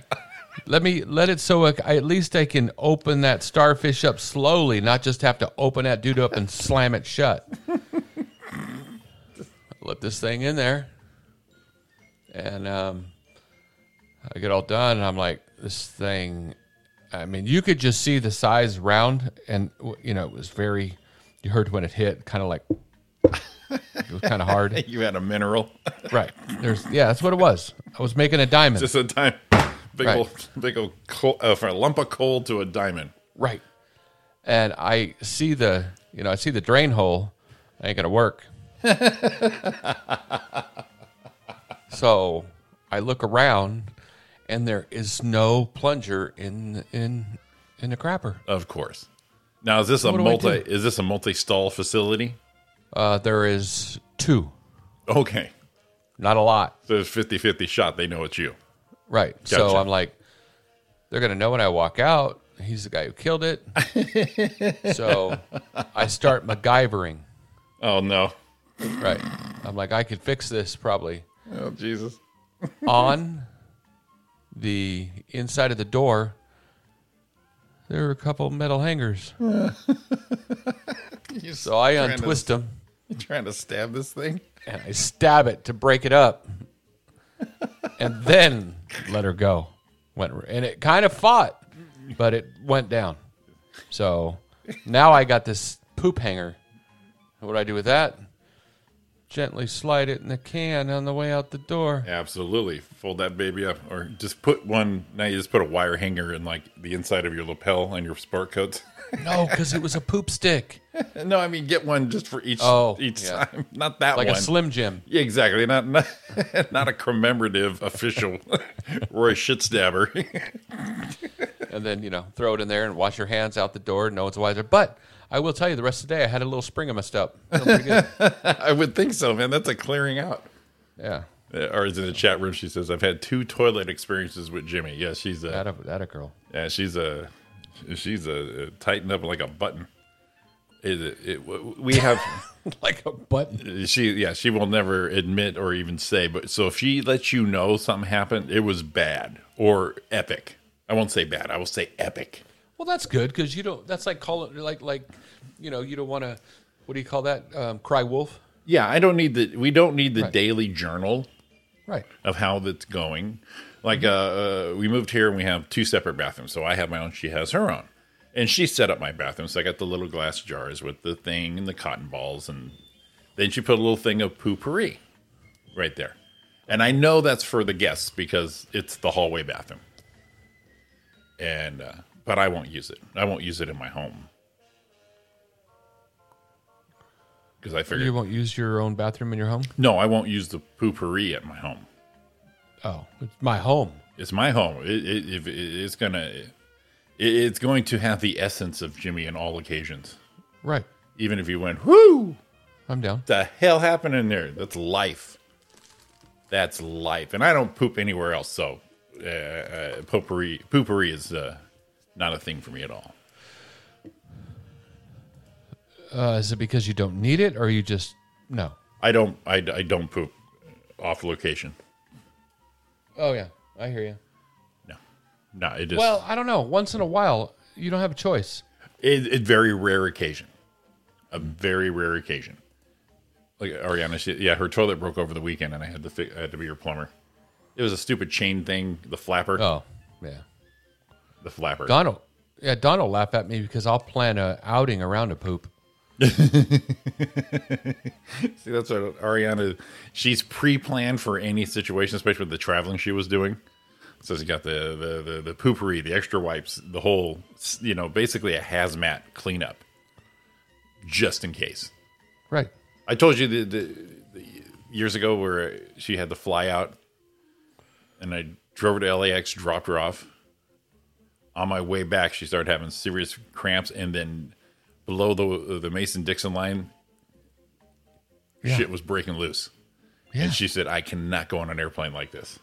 S6: let me let it so I, I- at least I can open that starfish up slowly, not just have to open that dude up and slam it shut. let this thing in there, and um, I get all done, and I'm like, this thing. I mean, you could just see the size round, and w- you know it was very. You heard when it hit, kind of like it was kind of hard,
S7: you had a mineral.
S6: right? There's yeah, that's what it was. I was making a diamond.
S7: just a time. Big
S6: Right.
S7: old, big old coal, uh, from a lump of coal to a diamond.
S6: Right. And I see the, you know, I see the drain hole. I ain't gonna work. so I look around, and there is no plunger in in in the crapper.
S7: Of course. Now is this a
S6: What do I do?
S7: multi? Is this a multi-stall facility?
S6: Uh, there is two,
S7: Okay.
S6: not a lot.
S7: So it's 50-50 shot. They know it's you.
S6: Right. So
S7: Gotcha.
S6: I'm like, they're gonna know when I walk out. He's the guy who killed it. so I start MacGyvering.
S7: Oh no.
S6: Right. I'm like, I could fix this probably.
S7: Oh Jesus.
S6: on the inside of the door, there are a couple metal hangers.
S7: You're
S6: So I
S7: trying to-
S6: untwist them
S7: you trying to stab this thing?
S6: and I stab it to break it up, and then let her go. Went and it kind of fought, but it went down. So now I got this poop hanger. What do I do with that? Gently slide it in the can on the way out the door.
S7: Absolutely. Fold that baby up or just put one. Now you just put a wire hanger in like the inside of your lapel and your sport coats.
S6: No, because it was a poop stick.
S7: no, I mean, get one just for each
S6: Oh,
S7: each
S6: yeah.
S7: time. Not that
S6: like
S7: one.
S6: a Slim Jim.
S7: Yeah, exactly. Not not, not a commemorative official Roy Shitstabber.
S6: And then, you know, throw it in there and wash your hands out the door. No one's wiser. But I will tell you, the rest of the day, I had a little spring I messed up. Feeling pretty good.
S7: I would think so, man. That's a clearing out.
S6: yeah.
S7: Uh, Or is in the chat room. She says, "I've had two toilet experiences with Jimmy." Yeah, she's a
S6: That a, that a girl.
S7: yeah, she's a she's a, uh, tightened up like a button. It, it, it, we have.
S6: like a button.
S7: she yeah she will never admit or even say but so if she lets you know something happened it was bad or epic i won't say bad i will say epic
S6: Well, that's good because you don't, that's like calling, like, like, you know, you don't want to what do you call that? Um, cry wolf.
S7: Yeah, I don't need the. We don't need the daily journal
S6: Right.
S7: of how that's going. Like uh, uh, we moved here and we have two separate bathrooms. So I have my own, she has her own. And she set up my bathroom. So I got the little glass jars with the thing and the cotton balls and then she put a little thing of poopery right there. And I know that's for the guests because it's the hallway bathroom. And uh, but I won't use it. I won't use it in my home. Because I figured
S6: You won't use your own bathroom in your home.
S7: no, I won't use the poopery at my home.
S6: Oh, it's my home.
S7: it's my home. It, it, if it, it's gonna, it, it's going to have the essence of Jimmy on all occasions.
S6: Right.
S7: Even if you went, whoo,
S6: I'm down.
S7: the hell happened in there? That's life. That's life. And I don't poop anywhere else, so uh, uh, poopery, poopery is uh, not a thing for me at all.
S6: Uh, is it because you don't need it, or you just no?
S7: I don't, I, I don't poop off location.
S6: Oh yeah, I hear you.
S7: No, no, it just
S6: Well, I don't know. Once in a while, you don't have a choice.
S7: It, it very rare occasion, a very rare occasion. Like Ariana, she, yeah, her toilet broke over the weekend, and I had to fi- I had to be her plumber. It was a stupid chain thing, the flapper,
S6: Oh yeah.
S7: the flapper.
S6: Donald, yeah, Donald will laugh at me because I'll plan a outing around a poop.
S7: See, that's what Ariana. She's pre-planned for any situation, especially with the traveling she was doing. So she got the the the, the poopery, the extra wipes, the whole you know, basically a hazmat cleanup, just in case.
S6: Right.
S7: I told you the, the, the years ago where she had the fly out, and I drove her to LAX, dropped her off. On my way back, she started having serious cramps, and then below the the Mason Dixon line,
S6: Yeah.
S7: shit was breaking loose.
S6: Yeah.
S7: And she said, "I cannot go on an airplane like this."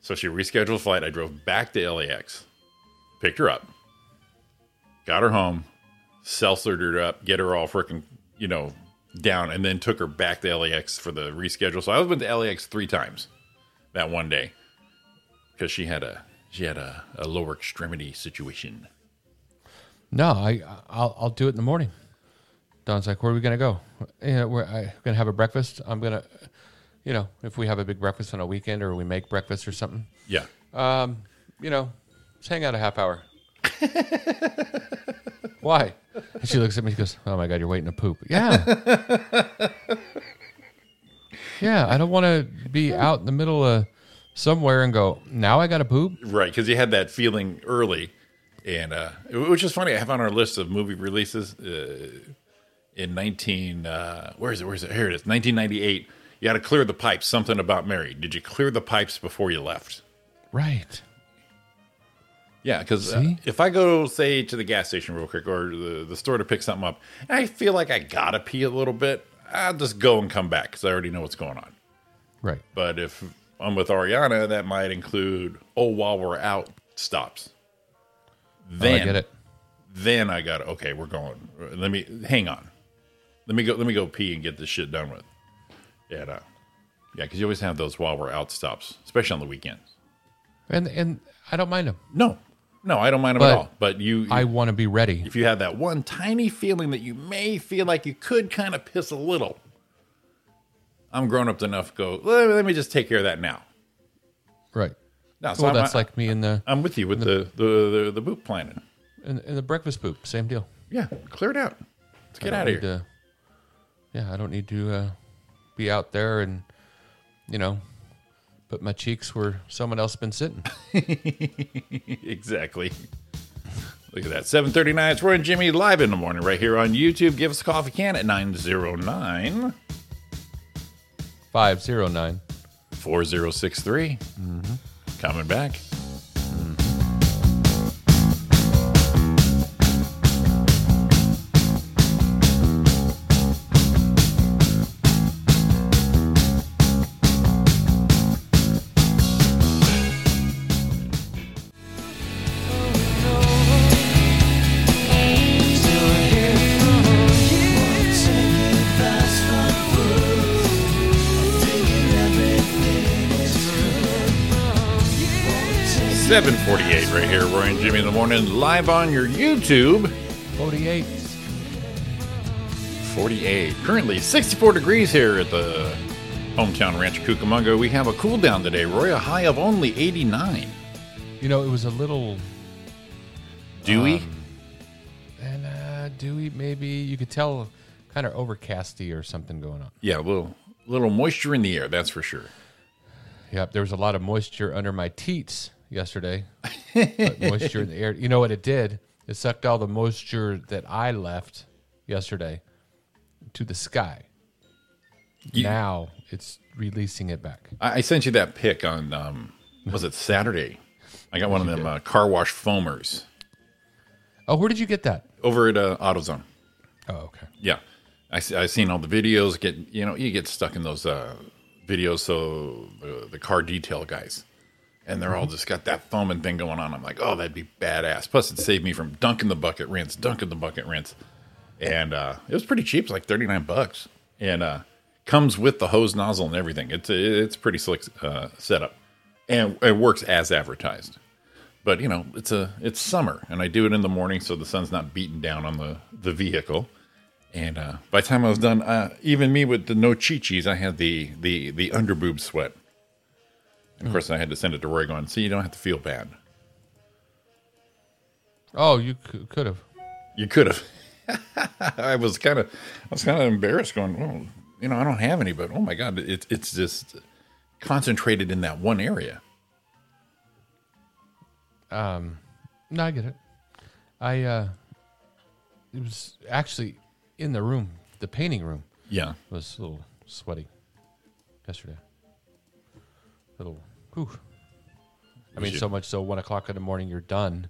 S7: So she rescheduled a flight. I drove back to LAX, picked her up, got her home, seltzered her up, get her all freaking, you know, down, and then took her back to LAX for the reschedule. So I went to LAX three times that one day because she had a she had a, a lower extremity situation.
S6: No, I I'll, I'll do it in the morning. Don's like, where are we gonna go? Yeah, we're I, gonna have a breakfast. I'm gonna, you know, if we have a big breakfast on a weekend or we make breakfast or something,
S7: Yeah,
S6: you know, just hang out a half hour. Why? And she looks at me. She goes, "Oh my god, you're waiting to poop." Yeah. yeah, I don't want to be out in the middle of somewhere and go. Now I got to poop.
S7: right. Because you had that feeling early, and uh, which is funny. I have on our list of movie releases uh, in nineteen. Uh, where is it? Where is it? Here it is. Nineteen ninety eight. You had to clear the pipes. Something about Mary. Did you clear the pipes before you left?
S6: Right.
S7: Yeah, because
S6: See?
S7: if I go, say, to the gas station real quick or the, the store to pick something up, and I feel like I gotta pee a little bit, I'll just go and come back because I already know what's going on.
S6: Right.
S7: But if I'm with Ariana, that might include, oh, while we're out, stops.
S6: Oh,
S7: Then
S6: I get it.
S7: Then I got okay. We're going. Let me hang on. Let me go. Let me go pee and get this shit done with. Yeah, no. yeah. Because you always have those while we're out stops, especially on the weekends.
S6: And and I don't mind them.
S7: No, no, I don't mind them at
S6: But
S7: all. But you,
S6: I want to be ready.
S7: if you have that one tiny feeling that you may feel like you could kind of piss a little, I'm grown up enough. to Go. Let me, let me just take care of that now.
S6: Right.
S7: No,
S6: well,
S7: I'm-
S6: that's like me in the
S7: I'm with you with the the the, the boot planning.
S6: in, in the breakfast poop. Same deal.
S7: Yeah, clear it out. Let's get
S6: I
S7: out
S6: don't
S7: of here.
S6: need to- yeah, I don't need to uh, be out there and you know put my cheeks where someone else been sitting.
S7: exactly. Look at that. 739. It's Roy and Jimmy live in the morning right here on YouTube. Give us a call if you can at 909
S6: Five zero nine.
S7: 4063.
S6: Mm-hmm.
S7: Coming back. Seven forty-eight, right here, Roy and Jimmy in the morning, live on your YouTube.
S6: Forty eight. 48.
S7: Currently 64 degrees here at the hometown ranch of Cucamonga. We have a cool down today, Roy, a high of only 89.
S6: You know, it was a little
S7: Dewy?
S6: and uh, dewy. Maybe you could tell, kind of overcasty or something going on.
S7: yeah, a little, little moisture in the air, that's for sure.
S6: Yep, there was a lot of moisture under my teats yesterday. but moisture in the air. You know what it did? It sucked all the moisture that I left yesterday to the sky.
S7: You-
S6: now it's releasing it back.
S7: I, I sent you that pic on, um, was it Saturday? I got one of them uh, car wash foamers
S6: Oh, where did you get that?
S7: over at uh, AutoZone.
S6: Oh, okay.
S7: Yeah, I see, I've seen all the videos. Get you know you get stuck in those uh, videos. So the, the car detail guys, and they're all just got that foaming thing going on. I'm like, oh, that'd be badass. Plus, it saved me from dunking the bucket rinse, dunking the bucket rinse, and uh, it was pretty cheap. It's like thirty nine bucks, and uh, comes with the hose nozzle and everything. It's it's pretty slick uh, setup, and it works as advertised but you know it's a it's summer and i do it in the morning so the sun's not beating down on the the vehicle and uh by the time i was done uh even me with the no chichis i had the the the underboob sweat and
S6: Hmm.
S7: of course i had to send it to roy going see you don't have to feel bad
S6: Oh, you c- could have.
S7: you could have i was kind of i was kind of embarrassed going well you know i don't have any but oh my god it's it's just concentrated in that one area
S6: No, I get it. I uh, it was actually in the room, the painting room.
S7: yeah
S6: was a little sweaty yesterday. A little, whew. I mean,
S7: should-
S6: so much so one o'clock in the morning, you're done,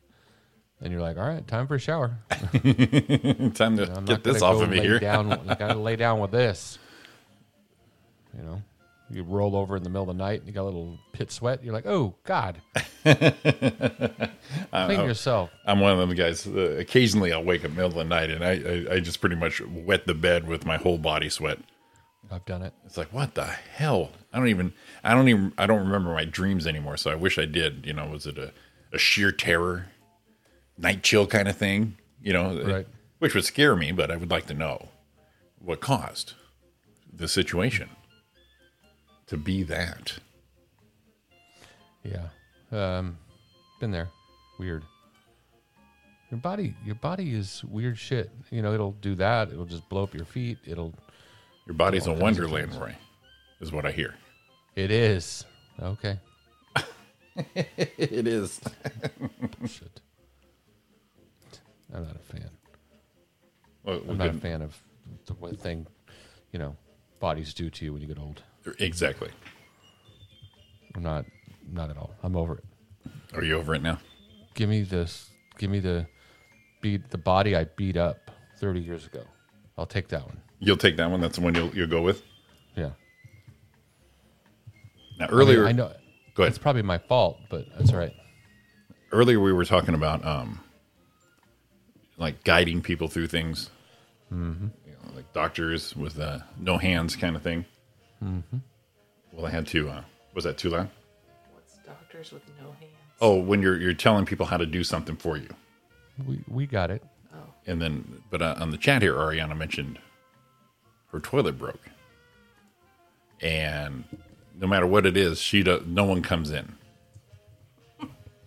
S6: and you're like, "All right, time for a shower."
S7: time to
S6: I'm
S7: get
S6: gonna
S7: this off
S6: go
S7: of me
S6: lay
S7: here
S6: Down, I gotta lay down with this. You know, you roll over in the middle of the night and you got a little pit sweat. You're like, "Oh God, clean yourself."
S7: I'm one of them guys. Uh, occasionally, I'll wake up middle of the night and I, I, I just pretty much wet the bed with my whole body sweat.
S6: I've done it.
S7: It's like what the hell? I don't even I don't even I don't remember my dreams anymore. So I wish I did. You know, was it a, a sheer terror, night chill kind of thing? You know,
S6: Right.
S7: which would scare me, but I would like to know what caused the situation to be that.
S6: Yeah. Um, been there. Weird. Your body, your body is weird shit. You know, it'll do that. It'll just blow up your feet. It'll.
S7: Your body's
S6: All
S7: a
S6: kinds of
S7: wonderland,
S6: things.
S7: Roy, is what I hear.
S6: It is. Okay.
S7: It is.
S6: Shit. I'm not a fan.
S7: Well, we
S6: I'm not a
S7: couldn't-
S6: fan of the one thing, you know, bodies do to you when you get old.
S7: exactly.
S6: I'm not, not at all. I'm over it.
S7: Are you over it now?
S6: Give me this. Give me the beat the body I beat up 30 years ago. I'll take that one.
S7: You'll take that one. That's the one you'll you'll go with.
S6: Yeah.
S7: Now
S6: I mean,
S7: earlier,
S6: I know.
S7: Go ahead.
S6: It's probably my fault, but that's all right.
S7: earlier we were talking about um, like guiding people through things, you know, like doctors with uh, no hands kind of thing. Well, I had to. Uh, was that too loud?
S3: What's doctors with no hands?
S7: Oh, when you're you're telling people how to do something for you,
S6: We we got it.
S7: and then but uh, on the chat here, Ariana mentioned her toilet broke, and no matter what it is, she do, no one comes in.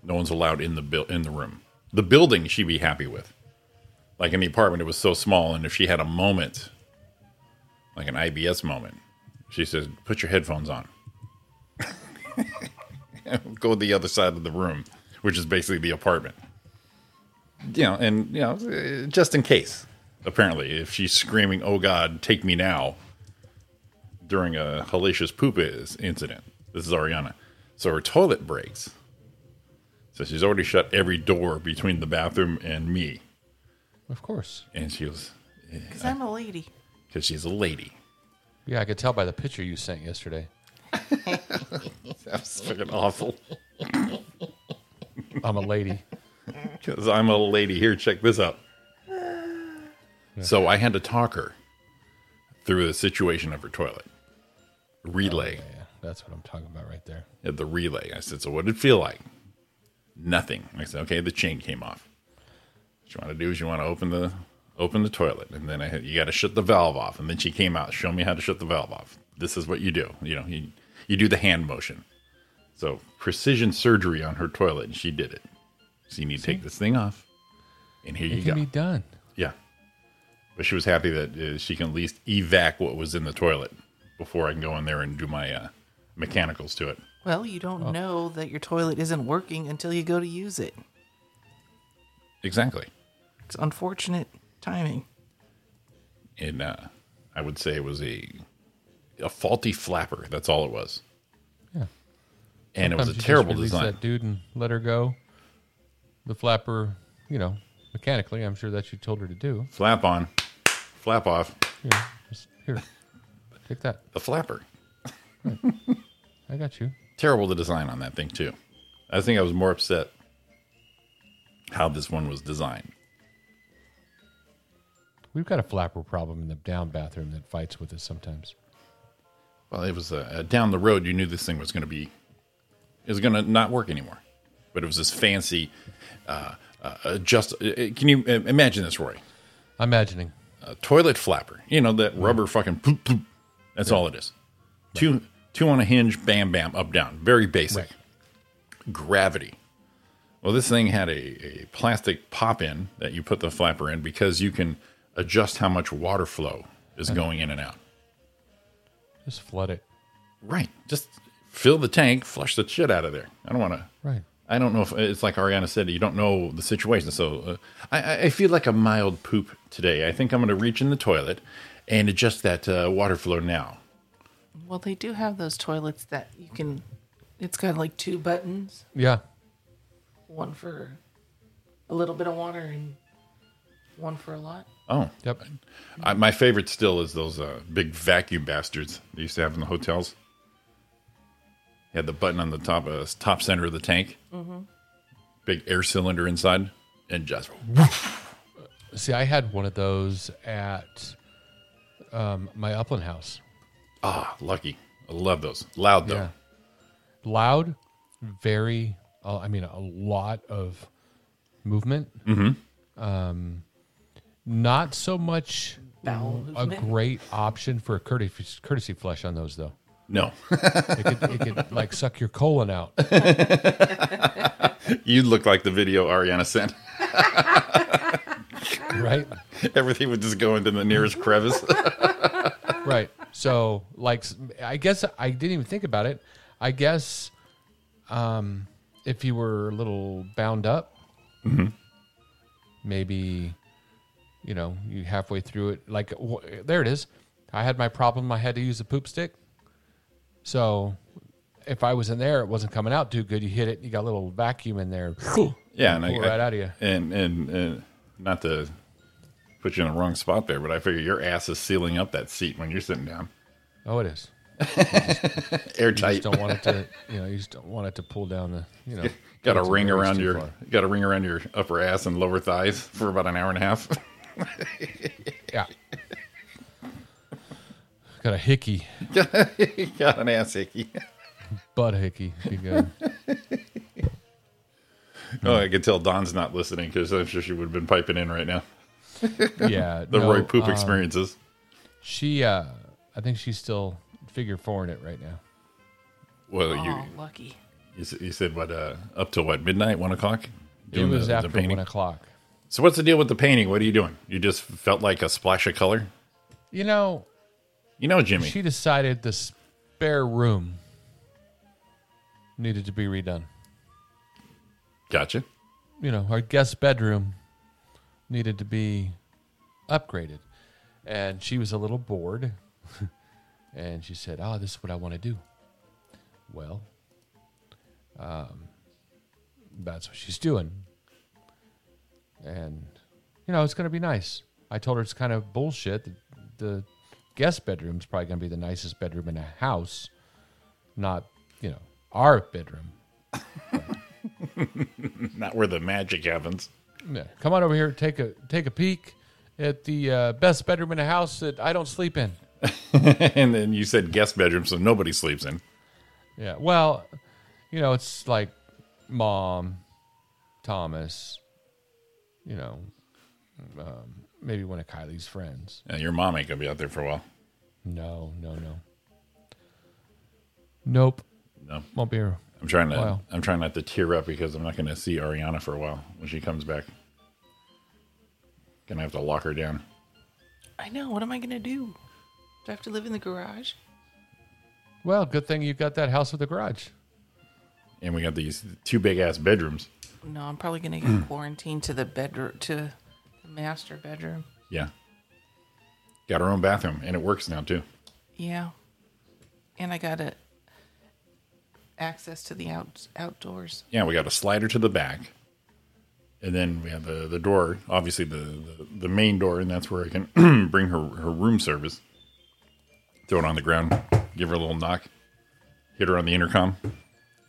S7: No one's allowed in the buil- in the room. The building she'd be happy with, like in the apartment, it was so small, and if she had a moment, like an IBS moment, she says, "Put your headphones on." Go to the other side of the room, which is basically the apartment you know, and you know, uh, just in case. Apparently, if she's screaming, "Oh God, take me now!" during a hellacious poop is- incident, this is Ariana. So her toilet breaks. So she's already shut every door between the bathroom and me,
S6: Of course.
S7: and she was
S3: Because I'm a lady.
S7: because she's a lady.
S6: Yeah, I could tell by the picture you sent yesterday.
S7: That's fucking awful.
S6: I'm a lady.
S7: Because I'm a lady. Here, check this out. So I had to talk her through the situation of her toilet relay.
S6: Yeah, that's what I'm talking about right there.
S7: at the relay. I said, So what did it feel like? Nothing. I said, Okay, the chain came off. What you want to do is you want to open the open the toilet, and then I had, you got to shut the valve off. And then she came out, show me how to shut the valve off. This is what you do. You know, you, you do the hand motion. So precision surgery on her toilet, and she did it. So you need to take this thing off, and here you
S6: It can
S7: go.
S6: be done.
S7: Yeah. But she was happy that uh, she can at least evac what was in the toilet before I can go in there and do my uh, mechanicals to it.
S3: Well, you don't know that your toilet isn't working until you go to use it.
S7: Exactly.
S3: It's unfortunate timing.
S7: And uh, I would say it was a a faulty flapper. That's all it was.
S6: Yeah. Sometimes
S7: And it
S6: you
S7: was a
S6: just
S7: terrible
S6: release
S7: design.
S6: That dude and let her go. The flapper, you know, mechanically, I'm sure that you told her to do.
S7: Flap on, flap off,
S6: Here, just here, take that.
S7: the flapper.
S6: I got you.
S7: Terrible the design on that thing too. I think I was more upset how this one was designed.
S6: We've got a flapper problem in the down bathroom that fights with us sometimes.
S7: Well, it was uh, uh, down the road. You knew this thing was going to be, it was going to not work anymore. But it was this fancy, uh, uh, adjust. Uh, uh, can you uh, imagine this, Roy?
S6: I'm imagining.
S7: A uh, toilet flapper. You know that rubber fucking poop poop. That's all it is. Two two on a hinge. Bam bam. Up down. Very basic. Gravity. Well, this thing had a, a plastic pop in that you put the flapper in because you can adjust how much water flow is going in and out.
S6: Just flood it.
S7: Right. Just fill the tank, flush the shit out of there. I don't want to.
S6: Right.
S7: I don't know if it's like Ariana said. You don't know the situation, so uh, I- I, I feel like a mild poop today. I think I'm going to reach in the toilet and adjust that uh, water flow now.
S3: Well, they do have those toilets that you can. It's got like two buttons,
S6: Yeah.
S3: one for a little bit of water and one for a lot.
S7: Oh,
S6: Yep.
S7: I, my favorite still is those uh, big vacuum bastards they used to have in the hotels. You had the button on the top uh, top center of the tank, big air cylinder inside, and just
S6: See, I had one of those at um, my upland house.
S7: ah, lucky. I love those. Loud though.
S6: Yeah. Loud, very, uh, I mean, a lot of movement. Mm-hmm. Um, not so much
S3: Bowel
S6: a
S3: movement.
S6: great option for a courtesy, courtesy flush on those, though.
S7: No.
S6: It could, it could like suck your colon out.
S7: You look like the video Ariana sent.
S6: right?
S7: Everything would just go into the nearest crevice.
S6: Right. So, like, s- I guess I didn't even think about it. I guess um, if you were a little bound up,
S7: Mm-hmm.
S6: maybe, you know, you halfway through it, like, wh- there it is. I had my problem. I had to use a poop stick. So, if I was in there, it wasn't coming out too good. You hit it, you got a little vacuum in there.
S7: yeah, and I,
S6: Pull it right out of you.
S7: And, and and not to put you in the wrong spot there, but I figure your ass is sealing up that seat when you're sitting down,
S6: Oh, it is. You
S7: airtight.
S6: just don't want it to, you know, you just don't want it to pull down the, you know.
S7: Got a
S6: it's
S7: ring
S6: race
S7: around
S6: too
S7: your
S6: far.
S7: got a ring around your upper ass and lower thighs for about an hour and a half.
S6: Yeah. Got a hickey,
S7: got an ass icky.
S6: butt hickey. if you go. Hmm.
S7: Oh, I could tell Don's not listening because I'm sure she would have been piping in right now.
S6: yeah.
S7: The
S6: no,
S7: Roy poop
S6: um,
S7: experiences.
S6: She, uh, I think she's still figure four in it right now.
S7: Well,
S3: Oh,
S6: uh-huh.
S7: you
S3: lucky.
S7: you, s- you said what uh, up till what midnight, one o'clock.
S6: It was after
S7: painting?
S6: one o'clock.
S7: So what's the deal with the painting? What are you doing? You just felt like a splash of color?
S6: You know,
S7: You know, Jimmy.
S6: she decided the spare room needed to be redone.
S7: gotcha.
S6: You know, our guest bedroom needed to be upgraded. And she was a little bored. and she said, Oh, this is what I want to do. Well, um, that's what she's doing. And, you know, it's going to be nice. I told her it's kind of bullshit. that the guest bedroom's probably going to be the nicest bedroom in a house, not, you know, our bedroom.
S7: Not where the magic happens.
S6: Yeah. Come on over here, take a take a peek at the uh, best bedroom in a house that I don't sleep in.
S7: and then you said guest bedroom, so nobody sleeps in.
S6: Yeah. Well, you know, it's like mom, Thomas, you know, um, maybe one of Kylie's friends.
S7: And Uh, your mom ain't gonna be out there for a while.
S6: No, no, no. Nope.
S7: No.
S6: Won't be. here.
S7: I'm trying to.
S6: Wow.
S7: I'm trying not to tear up because I'm not gonna see Ariana for a while when she comes back. Gonna have to lock her down.
S3: I know. What am I gonna do? Do I have to live in the garage?
S6: Well, good thing you got that house with a garage.
S7: And we got these two big ass bedrooms.
S3: No, I'm probably gonna get quarantined to the bedroom to the master bedroom.
S7: Yeah. Got her own bathroom and it works now too.
S3: Yeah, and I got a access to the out outdoors.
S7: Yeah, we got a slider to the back. And then we have the, the door, obviously the, the, the main door, and that's where I can bring her, her room service. Throw it on the ground, give her a little knock, hit her on the intercom.
S6: You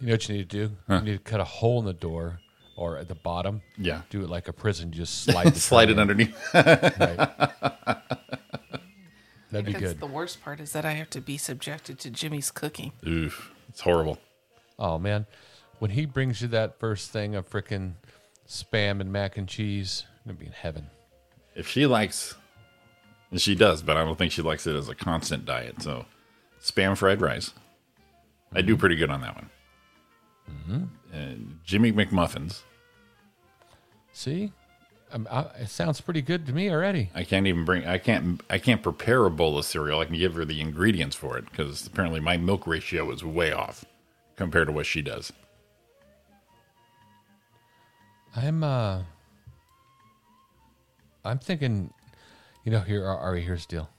S6: know what you need to do? You need to cut a hole in the door or at the bottom.
S7: Yeah.
S6: Do it like a prison. Just slide the
S7: Slide
S6: curtain
S7: it underneath.
S6: in, right? That'd be
S3: That's
S6: good.
S3: the worst part is that I have to be subjected to Jimmy's cooking.
S7: Oof. It's horrible.
S6: Oh man, when he brings you that first thing of freaking spam and mac and cheese, you're gonna be in heaven.
S7: If she likes and she does, but I don't think she likes it as a constant diet, so spam fried rice. I do pretty good on that one. And Jimmy McMuffins.
S6: See, Um I, it sounds pretty good to me already.
S7: I can't even bring. I can't. I can't prepare a bowl of cereal. I can give her the ingredients for it because apparently my milk ratio is way off compared to what she does.
S6: I'm uh, I'm thinking, you know, here Ari, here's the deal.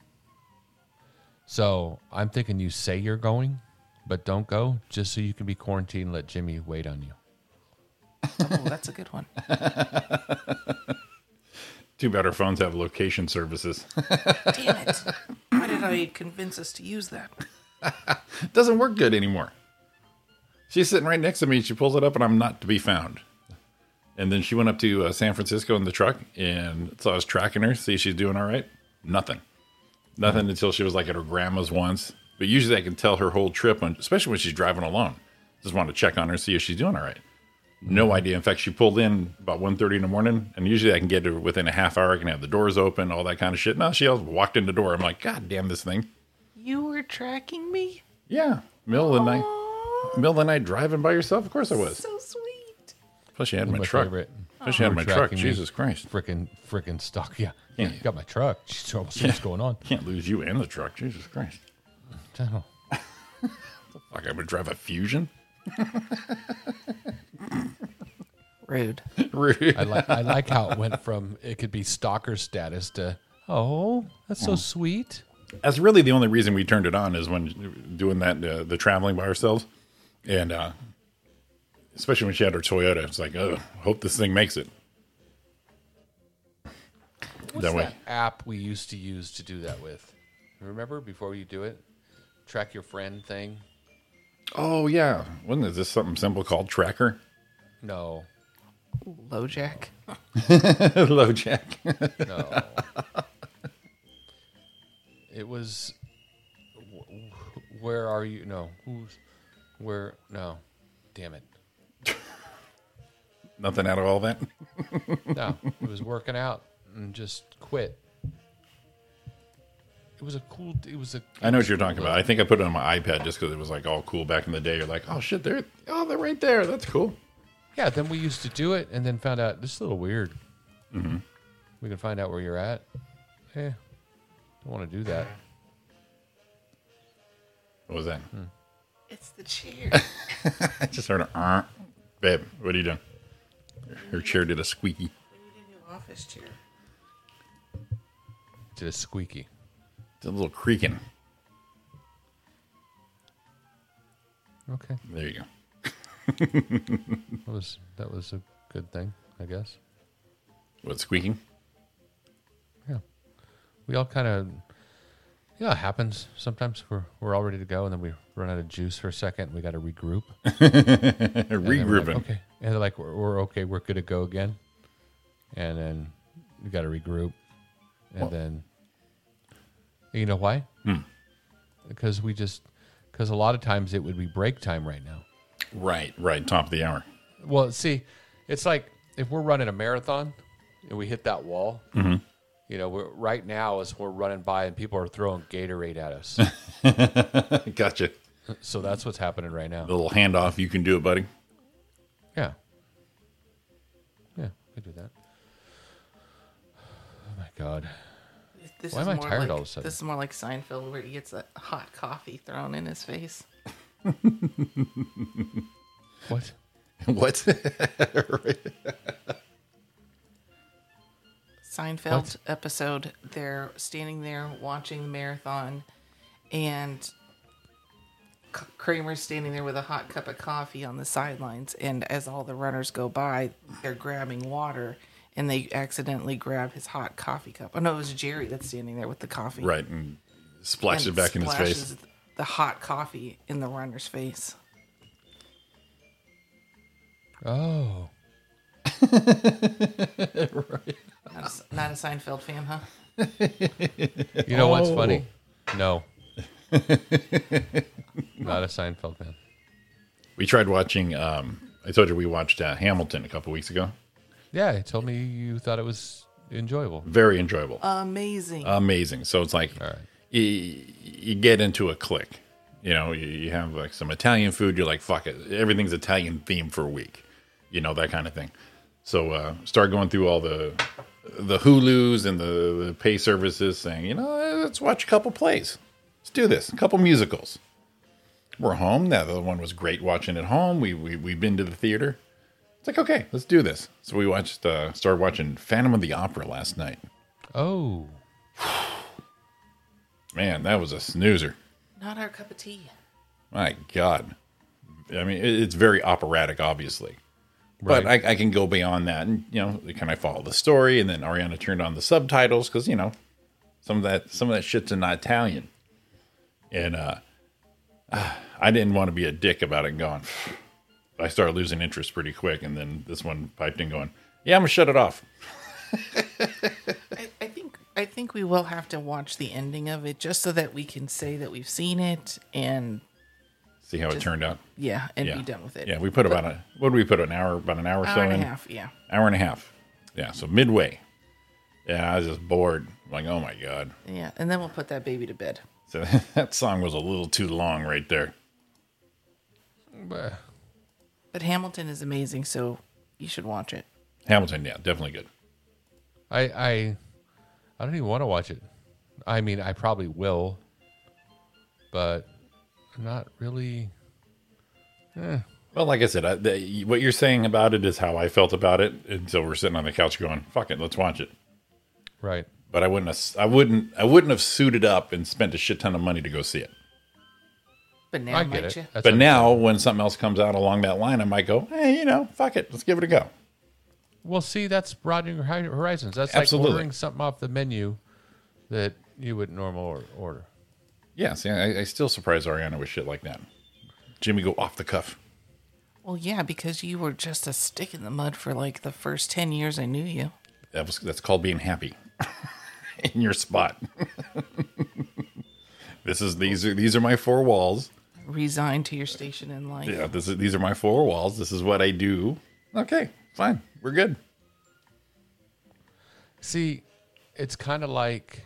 S6: So I'm thinking you say you're going, but don't go just so you can be quarantined. and Let Jimmy wait on you.
S3: Oh, that's a good one.
S7: Too bad our phones have location services.
S3: Damn it! Why did I convince us to use that?
S7: it doesn't work good anymore. She's sitting right next to me. She pulls it up, and I'm not to be found. And then she went up to uh, San Francisco in the truck, and so I was tracking her, see if she's doing all right. Nothing, nothing until she was like at her grandma's once. But usually, I can tell her whole trip, when, especially when she's driving alone. Just want to check on her, see if she's doing all right. No idea. In fact, she pulled in about 1.30 in the morning, and usually I can get her within a half hour. I can have the doors open, all that kind of shit. Now she else walked in the door. I'm like, God damn this thing.
S3: You were tracking me.
S7: Yeah, middle of the night.
S3: Oh,
S7: middle of the night driving by yourself? Of course I was.
S3: so sweet.
S7: Plus she had my,
S6: My
S7: truck.
S6: favorite.
S7: Plus she had my truck.
S6: Tracking me.
S7: Jesus Christ.
S6: Frickin' frickin' stuck. Yeah,
S7: Yeah.
S6: got my truck. She's almost what's going on.
S7: Can't lose you and the truck. Jesus Christ.
S6: Damn.
S7: Like I would drive a Fusion?
S3: Rude.
S7: Rude.
S6: I like I like how it went from it could be stalker status to oh that's so sweet.
S7: That's really the only reason we turned it on is when doing that, uh, the traveling by ourselves. And uh, especially when she had her Toyota. It's like, oh, hope this thing makes it.
S6: What's
S7: that way.
S6: app we used to use to do that with? Remember before you do it, track your friend thing.
S7: Oh, yeah. Wasn't it just something simple called Tracker?
S6: No,
S3: Lojack.
S7: Hello, Jack.
S6: no. it was wh- wh- where are you? No, who's where? No, damn it.
S7: Nothing out of all that?
S6: No, it was working out and just quit. It was a cool. It was a.
S7: I know what you're talking about. I think I put it on my iPad just because it was like all cool back in the day. You're like, oh shit, they're oh they're right there. That's cool.
S6: Yeah, then we used to do it, and then found out this is a little weird. We can find out where you're at. Eh, don't want to do that.
S7: What was that?
S3: It's the chair.
S7: I just heard a uh, babe. What are you doing? Her chair did a squeaky.
S3: Office chair.
S6: Did a squeaky.
S7: Did a little creaking.
S6: Okay,
S7: There you go.
S6: that was that was a good thing, I guess.
S7: What squeaking?
S6: Yeah, we all kind of. Yeah, it happens. Sometimes we're we're all ready to go, and then we run out of juice for a second. And we got to regroup. And then we're like,
S7: Regrouping.
S6: okay. And they're like, we're, we're okay. We're good to go again. And then you got to regroup. And then, you know why? Because we just, because a lot of times it would be break time right now.
S7: Right, right. Top of the hour.
S6: Well, see, it's like if we're running a marathon, and we hit that wall, you know, we're, right now as we're running by and people are throwing Gatorade at us.
S7: gotcha.
S6: so that's what's happening right now.
S7: little handoff. You can do it, buddy.
S6: Yeah. Yeah, I could do that. Oh my god.
S3: This
S6: Why
S3: is
S6: am I
S3: more
S6: tired
S3: like-
S6: all of a sudden?
S3: This is more like Seinfeld, where he gets that hot coffee thrown in his face.
S6: What?
S7: What?
S3: Seinfeld episode. They're standing there watching the marathon, and K- Kramer's standing there with a hot cup of coffee on the sidelines. And as all the runners go by, they're grabbing water, and they accidentally grab his hot coffee cup. Oh no, it was Jerry that's standing there with the coffee.
S7: right. And splashes
S3: and
S7: it back in his face.
S3: splashes The hot coffee in the runner's face.
S6: Oh.
S3: Not a, not a Seinfeld fan, huh?
S6: You know what's
S7: Oh.
S6: funny? No. Not a Seinfeld fan.
S7: We tried watching. Um, I told you we watched uh, Hamilton a couple weeks ago.
S6: Yeah, he told me you thought it was enjoyable.
S7: Very enjoyable.
S3: Amazing.
S7: Uh, amazing. So it's like
S6: right.
S7: you, you get into a click. You know, you, you have like some Italian food. You're like, fuck it, everything's Italian themed for a week. You know that kind of thing. So uh, start going through all the the Hulu's and the, the pay services, saying, you know, let's watch a couple plays. Let's do this. A couple musicals. We're home. That other one was great watching at home. We we we've been to the theater. It's like okay, let's do this. So we watched, uh, started watching Phantom of the Opera last night.
S6: Oh.
S7: Man, that was a snoozer.
S3: not our cup of tea.
S7: My God. I mean, it- it's very operatic, obviously. But
S6: Right.
S7: I, I can go beyond that. And, you know, can I follow the story? And then Ariana turned on the subtitles because, you know, some of that some of that shit's in Italian. And uh, I didn't want to be a dick about it and going, I started losing interest pretty quick. And then this one piped in going, yeah, I'm going to shut it off.
S3: I, I think I think we will have to watch the ending of it just so that we can say that we've seen it and
S7: See how it turned out.
S3: yeah, and
S7: Yeah.
S3: be done with it.
S7: Yeah, we put about a, what did we put, an hour, about an hour, or so
S3: hour and a
S7: in?
S3: half. Yeah,
S7: hour and a half. Yeah, so midway. Yeah, I was just bored. Like, oh my god.
S3: yeah, and then we'll put that baby to bed.
S7: So that song was a little too long right there.
S6: Bah.
S3: But Hamilton is amazing, so you should watch it.
S7: Hamilton, yeah, definitely good.
S6: I I I don't even want to watch it. I mean, I probably will, but I'm not really.
S7: Well, like I said, I, the, what you're saying about it is how I felt about it until we're sitting on the couch going, "Fuck it, let's watch it."
S6: Right.
S7: But I wouldn't, have, I wouldn't, I wouldn't have suited up and spent a shit ton of money to go see it.
S3: But now,
S6: I get
S3: might
S6: it.
S3: you?
S6: That's
S7: But
S6: what-
S7: now, when something else comes out along that line, I might go, "Hey, you know, fuck it, let's give it a go."
S6: Well, see, that's broadening your hori- horizons. That's
S7: Absolutely.
S6: like ordering something off the menu that you would normal or- order.
S7: Yeah, see, I, I still surprise Ariana with shit like that. Jimmy, go off the cuff.
S3: Well, yeah, because you were just a stick in the mud for like the first ten years I knew you.
S7: That was that's called being happy in your spot. this is these are these are my four walls.
S3: Resigned to your station in life.
S7: Yeah, this is these are my four walls. This is what I do. Okay, fine. We're good.
S6: See, it's kind of like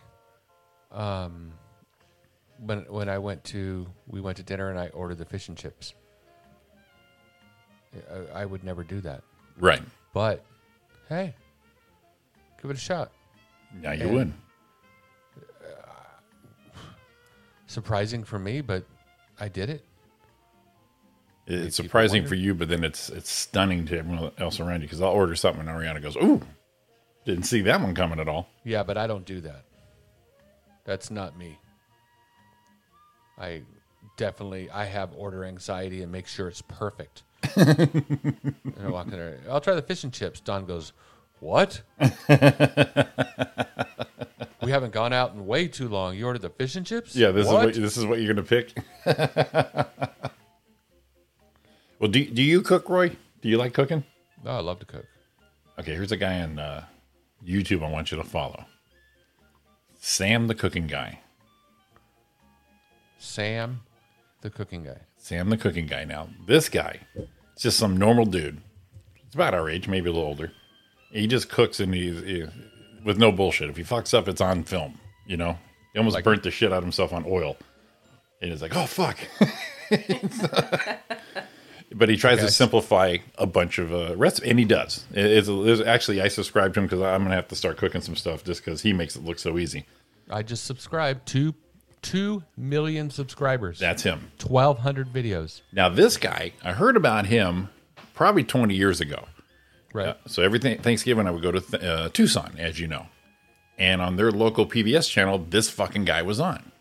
S6: um, when when I went to we went to dinner and I ordered the fish and chips. I, I would never do that,
S7: Right.
S6: but hey, give it a shot.
S7: Now you win.
S6: Surprising for me, but I did it.
S7: It's surprising for you, but then it's it's stunning to everyone else around you because I'll order something and Ariana goes, "Ooh, didn't see that one coming at all."
S6: Yeah, but I don't do that. That's not me. I definitely I have order anxiety and make sure it's perfect. and I walk in there. I'll try the fish and chips. Don goes, "What? we haven't gone out in way too long. You ordered the fish and chips?
S7: Yeah, this is
S6: What?
S7: what this is what you're gonna pick. well, do do you cook, Roy? Do you like cooking?
S6: Oh, I love to cook.
S7: Okay, here's a guy on uh, YouTube I want you to follow. Sam the cooking guy.
S6: Sam, the cooking guy.
S7: Sam the cooking guy now. This guy, it's just some normal dude. It's about our age, maybe a little older. He just cooks and he's he, with no bullshit. If he fucks up, it's on film. You know, he almost burnt the shit out of himself on oil. And he's like, oh fuck. but he tries to simplify a bunch of uh, recipes, and he does. It- It's, it's actually I subscribe to him because I'm gonna have to start cooking some stuff just because he makes it look so easy.
S6: I just subscribed to two million subscribers.
S7: That's him.
S6: twelve hundred videos.
S7: Now this guy, I heard about him probably 20 years ago.
S6: Right.
S7: So every th- Thanksgiving, I would go to th- uh, Tucson, as you know, and on their local PBS channel, this fucking guy was on.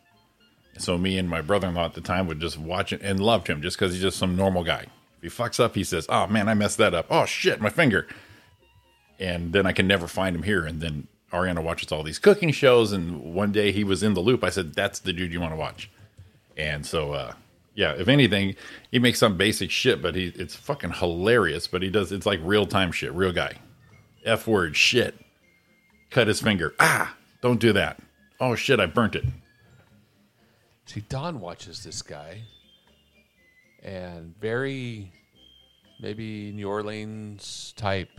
S7: So me and my brother-in-law at the time would just watch it and loved him just because he's just some normal guy. If he fucks up, he says, "Oh man, I messed that up. Oh shit, my finger." And then I can never find him here. And then Ariana watches all these cooking shows, and one day he was in the loop. I said, "That's the dude you want to watch." And so, uh, yeah, if anything, he makes some basic shit, but he it's fucking hilarious. But he does it's like real time shit, real guy. F word shit. Cut his finger. Ah, don't do that. Oh shit, I burnt it.
S6: See, Don watches this guy, and very maybe New Orleans type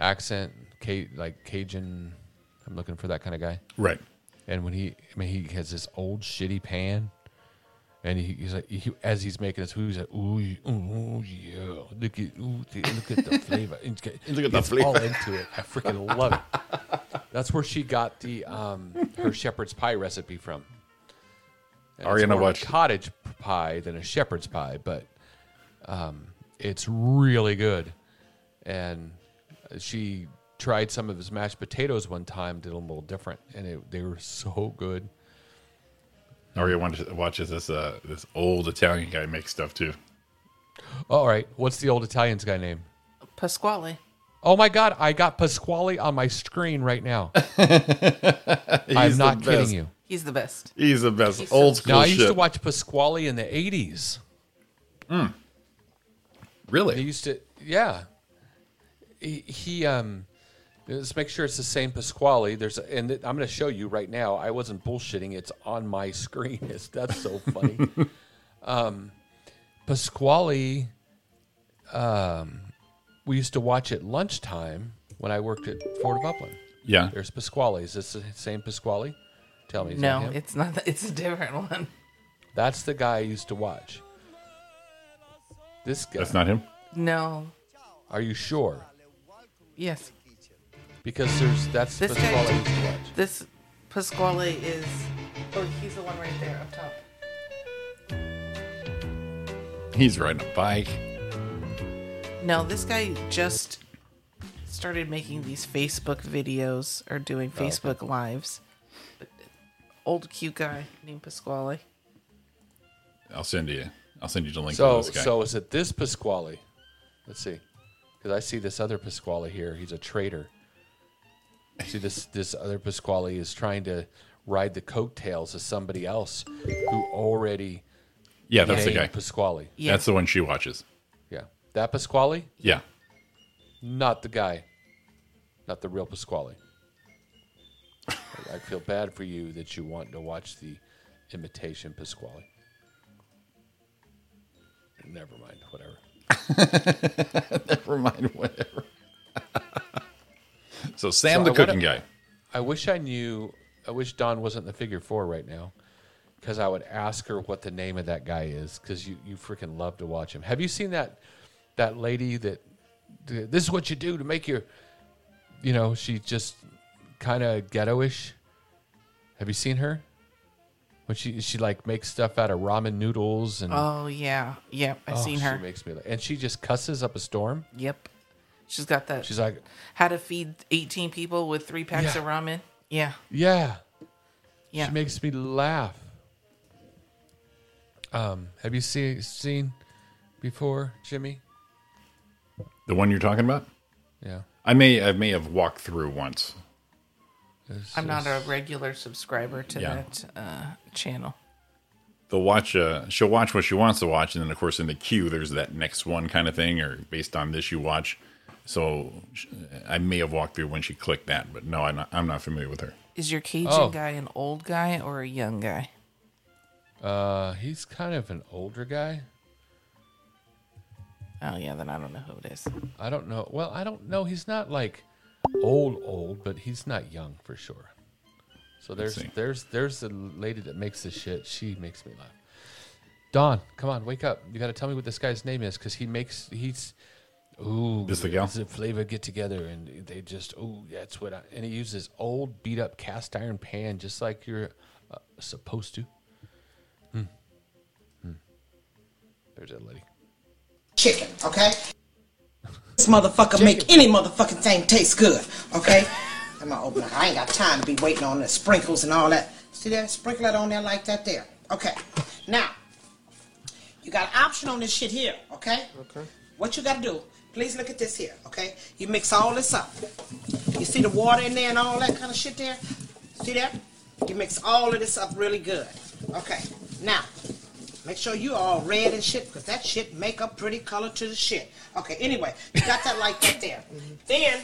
S6: accent, Ca- like Cajun. I'm looking for that kind of guy.
S7: Right.
S6: And when he, I mean, he has this old shitty pan, and he, he's like, he, as he's making this, he's like, ooh, ye- ooh, yeah, look at, ooh, the- look at the flavor, It's got-
S7: Look at the
S6: it's All into it, I freaking love it. That's where she got the um, her shepherd's pie recipe from. And it's
S7: Ariana
S6: more of a
S7: watched-
S6: cottage pie than a shepherd's pie, but um, it's really good. And she tried some of his mashed potatoes one time, did them a little different, and it, they were so good.
S7: Aria watches, watches this uh this old Italian guy make stuff too.
S6: Oh, All right, what's the old Italian's guy name?
S3: Pasquale.
S6: Oh my God, I got Pasquale on my screen right now. I'm
S7: the
S6: not kidding
S7: best.
S6: you.
S3: He's the best.
S7: He's the best old school
S6: Now I used
S7: shit.
S6: to watch Pasquale in the '80s. They
S7: really?
S6: used to, yeah. He, he um, let's make sure it's the same Pasquale. There's, a, and I'm going to show you right now. I wasn't bullshitting. It's on my screen. It's, that's so funny. um, Pasquale, um, we used to watch at lunchtime when I worked at Fort of Upland.
S7: Yeah.
S6: There's Pasquale. Is this the same Pasquale? Tell me. is that
S3: No,
S6: him?
S3: it's not. It's a different one.
S6: that's the guy I used to watch. This guy.
S7: That's not him.
S3: No.
S6: Are you sure?
S3: Yes.
S6: Because there's that's
S3: This
S6: Pasquale
S3: guy-
S6: used to watch.
S3: This Pasquale is. Oh, he's the one right there up top.
S7: He's riding a bike.
S3: No, this guy just started making these Facebook videos or doing Facebook lives. Old cute guy named Pasquale.
S7: I'll send you I'll send you the link
S6: So,
S7: to this guy.
S6: so is it this Pasquale? Let's see, because I see this other Pasquale here. He's a traitor. See this this other Pasquale is trying to ride the coattails of somebody else who already
S7: yeah, that's the
S6: named
S7: guy.
S6: Pasquale.
S3: Yeah.
S7: That's the one she watches.
S6: Yeah, that Pasquale,
S7: Yeah.
S6: not the guy, not the real Pasquale. I- I feel bad for you that you want to watch the imitation Pasquale. Never mind. Whatever.
S7: Never mind, whatever. so Sam,
S6: So
S7: the
S6: I
S7: cooking
S6: would've-
S7: guy.
S6: I wish I knew. I wish Don wasn't the figure four right now, because I would ask her what the name of that guy is. Because you you freaking love to watch him. Have you seen that that lady that th- this is what you do to make your you know she just kind of ghettoish. Have you seen her? When she she like makes stuff out of ramen noodles and
S3: Oh yeah, yep. I've
S6: Oh,
S3: seen
S6: she
S3: her.
S6: makes me la- and she just cusses up a storm.
S3: yep, she's got that.
S6: She's like,
S3: how to feed eighteen people with three packs
S6: Yeah.
S3: of ramen. Yeah,
S6: yeah,
S3: yeah.
S6: She makes me laugh. Um, have you see, seen before, Jimmy?
S7: The one you're talking about?
S6: Yeah.
S7: I may I may have walked through once.
S6: It's-
S3: I'm not a
S6: it's-
S3: regular subscriber to
S7: Yeah.
S3: that uh, channel.
S7: They'll watch uh she'll watch what she wants to watch and then of course in the queue there's that next one kind of thing or based on this you watch. So sh- I may have walked through when she clicked that, but no, I'm not, I'm not familiar with her.
S3: Is your Cajun
S6: Oh.
S3: guy an old guy or a young guy?
S6: Uh, he's kind of an older guy.
S3: Oh yeah, then I don't know who it is.
S6: I don't know. Well, I don't know. He's not like old, old, but he's not young for sure. So there's
S7: see.
S6: there's there's the lady that makes this shit. She makes me laugh. Don, come on, wake up! You got to tell me what this guy's name is because he makes he's. Ooh,
S7: This the gal?
S6: It's a flavor get together, and they just ooh, that's what. I, and he uses old beat up cast iron pan, just like you're uh, supposed to. Hmm. Hmm. There's that lady.
S8: chicken, okay? This motherfucker make any motherfucking thing taste good, okay? I'm gonna open it. I ain't got time to be waiting on the sprinkles and all that. See that? Sprinkle it on there like that there. Okay. Now, you got an option on this shit here, okay? Okay. What you gotta do, please look at this here, okay? You mix all this up. You see the water in there and all that kind of shit there? See that? You mix all of this up really good. Okay. Now, Make sure you all red and shit, because that shit make a pretty color to the shit. Okay, anyway, you got that like that there. Then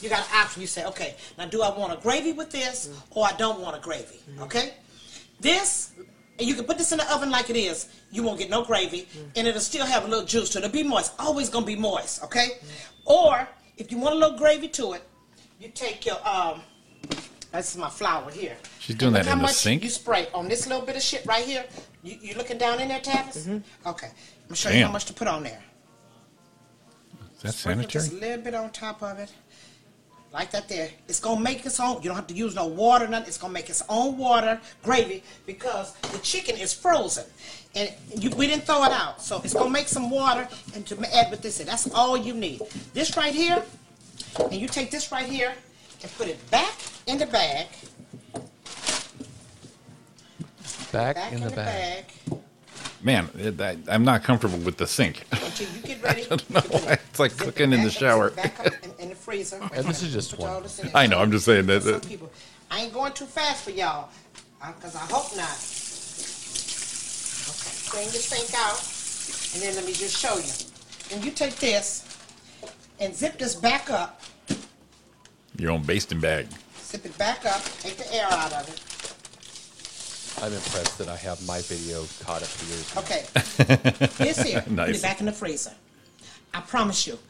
S8: you got an option. You say, okay, now do I want a gravy with this or I don't want a gravy? Okay? This, and you can put this in the oven like it is. You won't get no gravy, and it'll still have a little juice to it. It'll be moist. Always gonna be moist, okay? Or if you want a little gravy to it, you take your um this is my flour here.
S7: She's doing
S8: Look
S7: that
S8: how
S7: in the
S8: much
S7: sink?
S8: You spray on this little bit of shit right here. You, you looking down in there, Tavis? Okay. I'm gonna show you
S7: Damn.
S8: how much to put on there.
S7: Is that
S8: Sprinkle
S7: sanitary?
S8: Just a little bit on top of it. Like that there. It's gonna make its own. You don't have to use no water, nothing. It's gonna make its own water gravy because the chicken is frozen. And you, we didn't throw it out. So it's gonna make some water and to ma- add with this. in. That's all you need. This right here, and you take this right here and put it back in the bag.
S6: Back,
S8: Back
S6: in, the, bag.
S8: bag
S7: Man, it- I, I'm not comfortable with the sink.
S8: until you get ready.
S7: don't know why. It's like
S8: Zip it
S7: cooking in the
S8: back up,
S7: shower.
S8: zip it Back up in, in the freezer.
S6: And this is just
S8: Put all
S6: one.
S8: this in there.
S7: I know, I'm just saying that-
S8: Some
S7: that-
S8: people, I ain't going too fast for y'all, because I hope not. Okay, bring this thing out, and then let me just show you. And you take this and zip this back up,
S7: Your own basting bag.
S8: zip it back up, take the air out of it.
S6: I'm impressed that I have my video caught up to yours.
S8: Okay. this here, put
S7: Nice.
S8: it back in the freezer. I promise you,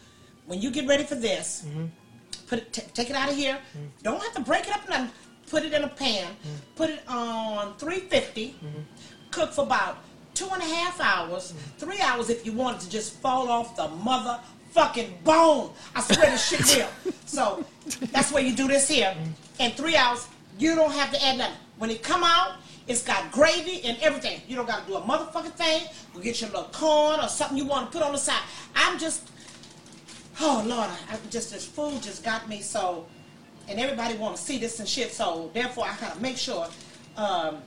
S8: when you get ready for this, put it, t- take it out of here. Don't have to break it up or nothing. Put it in a pan. Put it on 350. Cook for about two and a half hours, three hours if you want it to just fall off the motherfucking bone. I swear this shit will. So that's where you do this here. In three hours, you don't have to add nothing. When it come out, it's got gravy and everything. You don't gotta do a motherfucking thing. Go get your little corn or something you want to put on the side. I'm just Oh Lord, I, I just this food just got me so, and everybody want to see this and shit. So therefore, I gotta make sure um,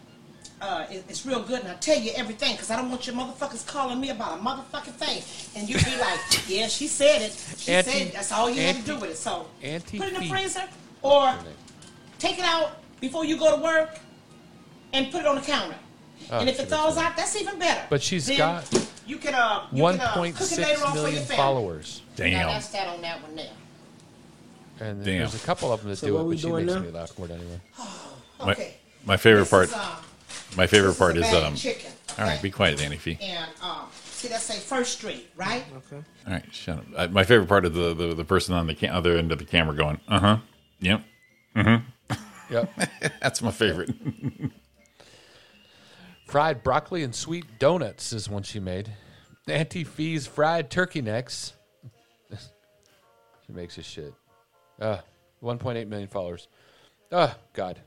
S8: uh, it- it's real good, and I tell you everything because I don't want your motherfuckers calling me about a motherfucking thing, and you be like, yeah, she said it. She said
S6: Auntie-
S8: it. that's all you had to
S6: Auntie-
S8: do with it. So
S6: Auntie
S8: put it in the
S6: Fee.
S8: freezer or take it out before you go to work and put it on the counter. and if
S6: sure,
S8: it thaws
S6: sure.
S8: out, that's even better.
S6: But she's
S8: Then
S6: got
S8: you can uh, you can, uh, cook it later
S6: 1.6
S8: on for your
S6: million
S8: family.
S6: followers,
S8: Now
S7: Damn.
S8: that's that on that one there.
S6: and
S7: Damn.
S6: there's a couple of them that
S9: So
S6: do
S9: what
S6: it,
S9: we
S6: but she
S9: doing
S6: makes
S9: now?
S6: me laugh more than anyone.
S7: My,
S8: Okay.
S7: my favorite
S8: This
S7: part.
S8: is, uh,
S7: My favorite
S8: this
S7: part
S8: is,
S7: is
S8: a bag of
S7: um.
S8: chicken. Okay?
S7: All right, be quiet, Annie Fee.
S8: And um, see that say First Street, right?
S9: Okay.
S7: All right, shut up. Uh, my favorite part of the the, the person on the ca- other end of the camera going, uh huh, yep. mm-hmm."
S6: Yep.
S7: That's my favorite.
S6: fried broccoli and sweet donuts is one she made. Auntie Fee's fried turkey necks. she makes his shit. Uh, 1.8 million followers. Oh, God.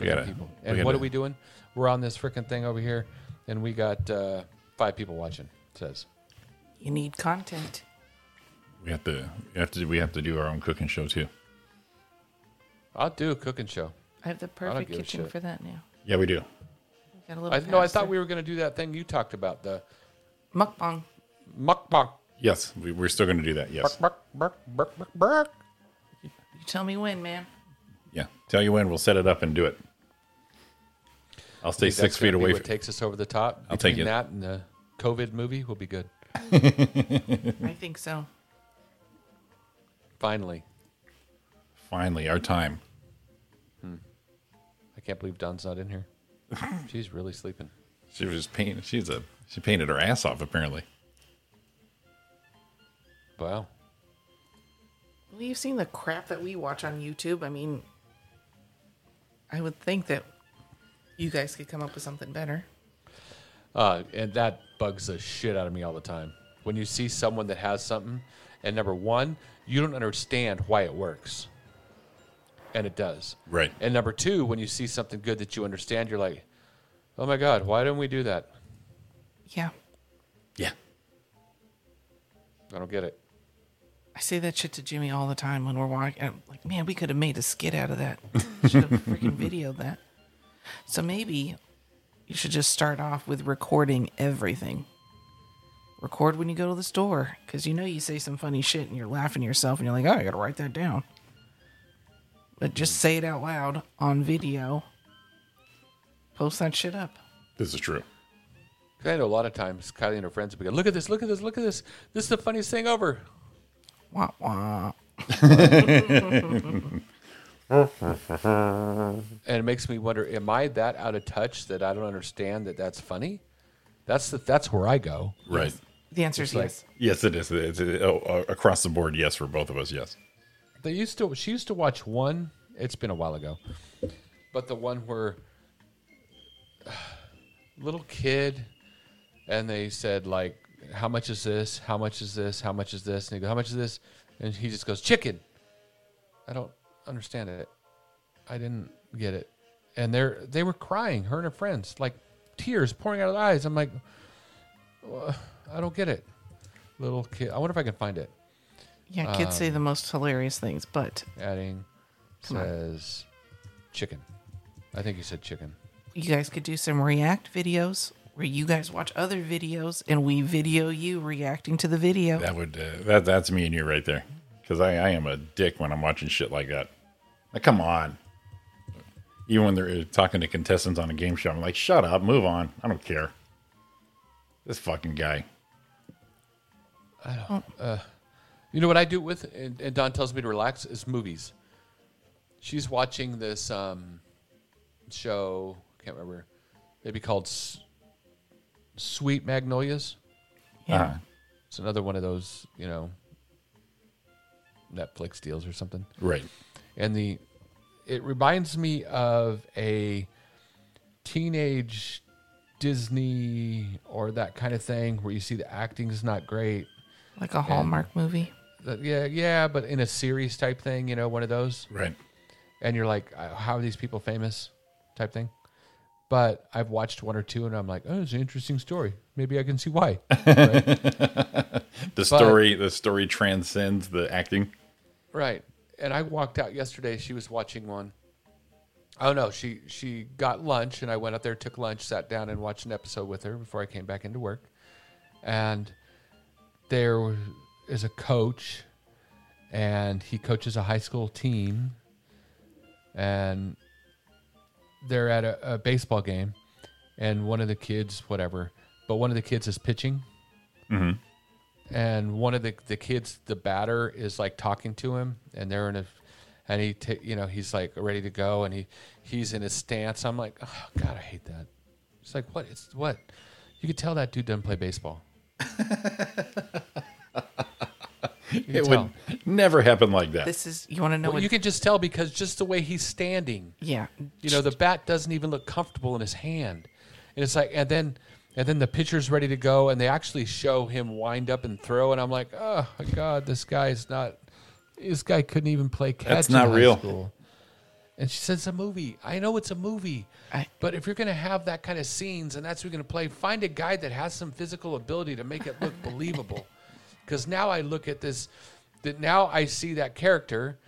S7: we gotta,
S6: People.
S7: we
S6: And
S7: gotta-
S6: what are we doing? We're on this freaking thing over here, and we got uh, five people watching, it says.
S3: You need content.
S7: We have to. We have to. We have to do our own cooking show too.
S6: I'll do a cooking show.
S3: I have the
S6: perfect
S3: perfect
S6: give a kitchen
S3: kitchen
S6: shit. for
S3: for that now.
S7: Yeah, we do.
S3: Got a little
S6: I, no, I thought we were going to do that thing you talked about, the
S3: mukbang.
S6: mukbang.
S7: Yes, we, we're still going to do that. Yes.
S6: Muk, muk, muk, muk, muk.
S3: You tell me when, man.
S7: Yeah. Tell you when we'll set it up and do it. I'll stay
S6: That's
S7: six
S6: gonna
S7: feet
S6: be
S7: away.
S6: What
S7: From,
S6: takes us over the top?
S7: I'll take
S6: Between
S7: it.
S6: That and the COVID movie will be good.
S3: I think so.
S6: Finally,
S7: finally, our time.
S6: I can't believe Don's not in here. She's really sleeping.
S7: She was painting. She's a. She painted her ass off apparently.
S6: Wow.
S3: Well, you've seen the crap that we watch on YouTube. I mean, I would think that you guys could come up with something better.
S6: Uh, and that bugs the shit out of me all the time. When you see someone that has something, and number one, you don't understand why it works. And it does.
S7: Right.
S6: And number two, when you see something good that you understand, you're like, oh my God, why didn't we do that?
S3: Yeah.
S7: Yeah.
S6: I don't get it.
S3: I say that shit to Jimmy all the time when we're walking. I'm like, man, we could have made a skit out of that. Should have freaking videoed that. So maybe you should just start off with recording everything. Record when you go to the store because you know you say some funny shit and you're laughing to yourself and you're like, oh, I gotta write that down. But just say it out loud on video. Post that shit up.
S7: This is true.
S6: 'Cause I know a lot of times Kylie and her friends will be like, look at this, look at this, look at this. This is the funniest thing ever.
S3: Wah wah.
S6: and it makes me wonder am i that out of touch that i don't understand that that's funny that's the, that's where i go
S7: Right.
S3: The answer is yes.
S7: Yes, it is. It's, it, oh, uh, across the board, yes, for both of us, yes.
S6: they used to she used to watch one it's been a while ago but the one where little kid and they said like how much is this how much is this how much is this and he goes how much is this and he just goes chicken i don't understand it i didn't get it and they're they were crying her and her friends like tears pouring out of their eyes i'm like "Wha- i don't get it little kid i wonder if i can find it
S3: Yeah, kids say the most hilarious things, but
S6: adding says chicken. I think he said chicken.
S3: you guys could do some react videos where you guys watch other videos and we video you reacting to the video.
S7: That would uh, that that's me and you right there, because I, I am a dick when I'm watching shit like that. Like, come on. Even when they're uh, talking to contestants on a game show, I'm like, shut up, move on. I don't care. This fucking guy.
S6: You know what I do with, and, and Don tells me to relax, is movies. She's watching this um, show, can't remember, maybe called S- Sweet Magnolias.
S3: Yeah.
S7: Uh-huh.
S6: It's another one of those, you know, Netflix deals or something.
S7: Right.
S6: and the it reminds me of a teenage Disney or that kind of thing where you see the acting's not great.
S3: Like a Hallmark movie.
S6: That- Yeah, yeah, but in a series type thing, you know, one of those,
S7: Right.
S6: and you're like, "Uh, how are these people famous? Type thing. But I've watched one or two, and I'm like, oh, it's an interesting story. Maybe I can see why.
S7: The story the story transcends the acting.
S6: Right. And I walked out yesterday. She was watching one. Oh no, she she got lunch, and I went out there, took lunch, sat down, and watched an episode with her before I came back into work. And there is a coach, and he coaches a high school team, and they're at a, a baseball game, and one of the kids, whatever, but one of the kids is pitching and one of the, the kids, the batter, is like talking to him, and they're in a, and he, ta you know, he's like ready to go, and he, he's in his stance. I'm like, oh god, I hate that. It's like what? It's what? You could tell that dude doesn't play baseball. you can
S7: It
S6: tell.
S7: would never happen like that.
S3: This is you want to know
S6: Well,
S3: what
S6: you can just tell because just the way he's standing.
S3: Yeah.
S6: You know, the bat doesn't even look comfortable in his hand. And it's like and then and then the pitcher's ready to go and they actually show him wind up and throw and I'm like, "Oh my god, this guy is not this guy couldn't even play catch."
S7: That's
S6: in
S7: not
S6: high
S7: real.
S6: school." And she says it's a movie. I know it's a movie.
S3: I-
S6: but if you're going to have that kind of scenes and that's what you're going to play, find a guy that has some physical ability to make it look believable. Cuz now I look at this that now I see that character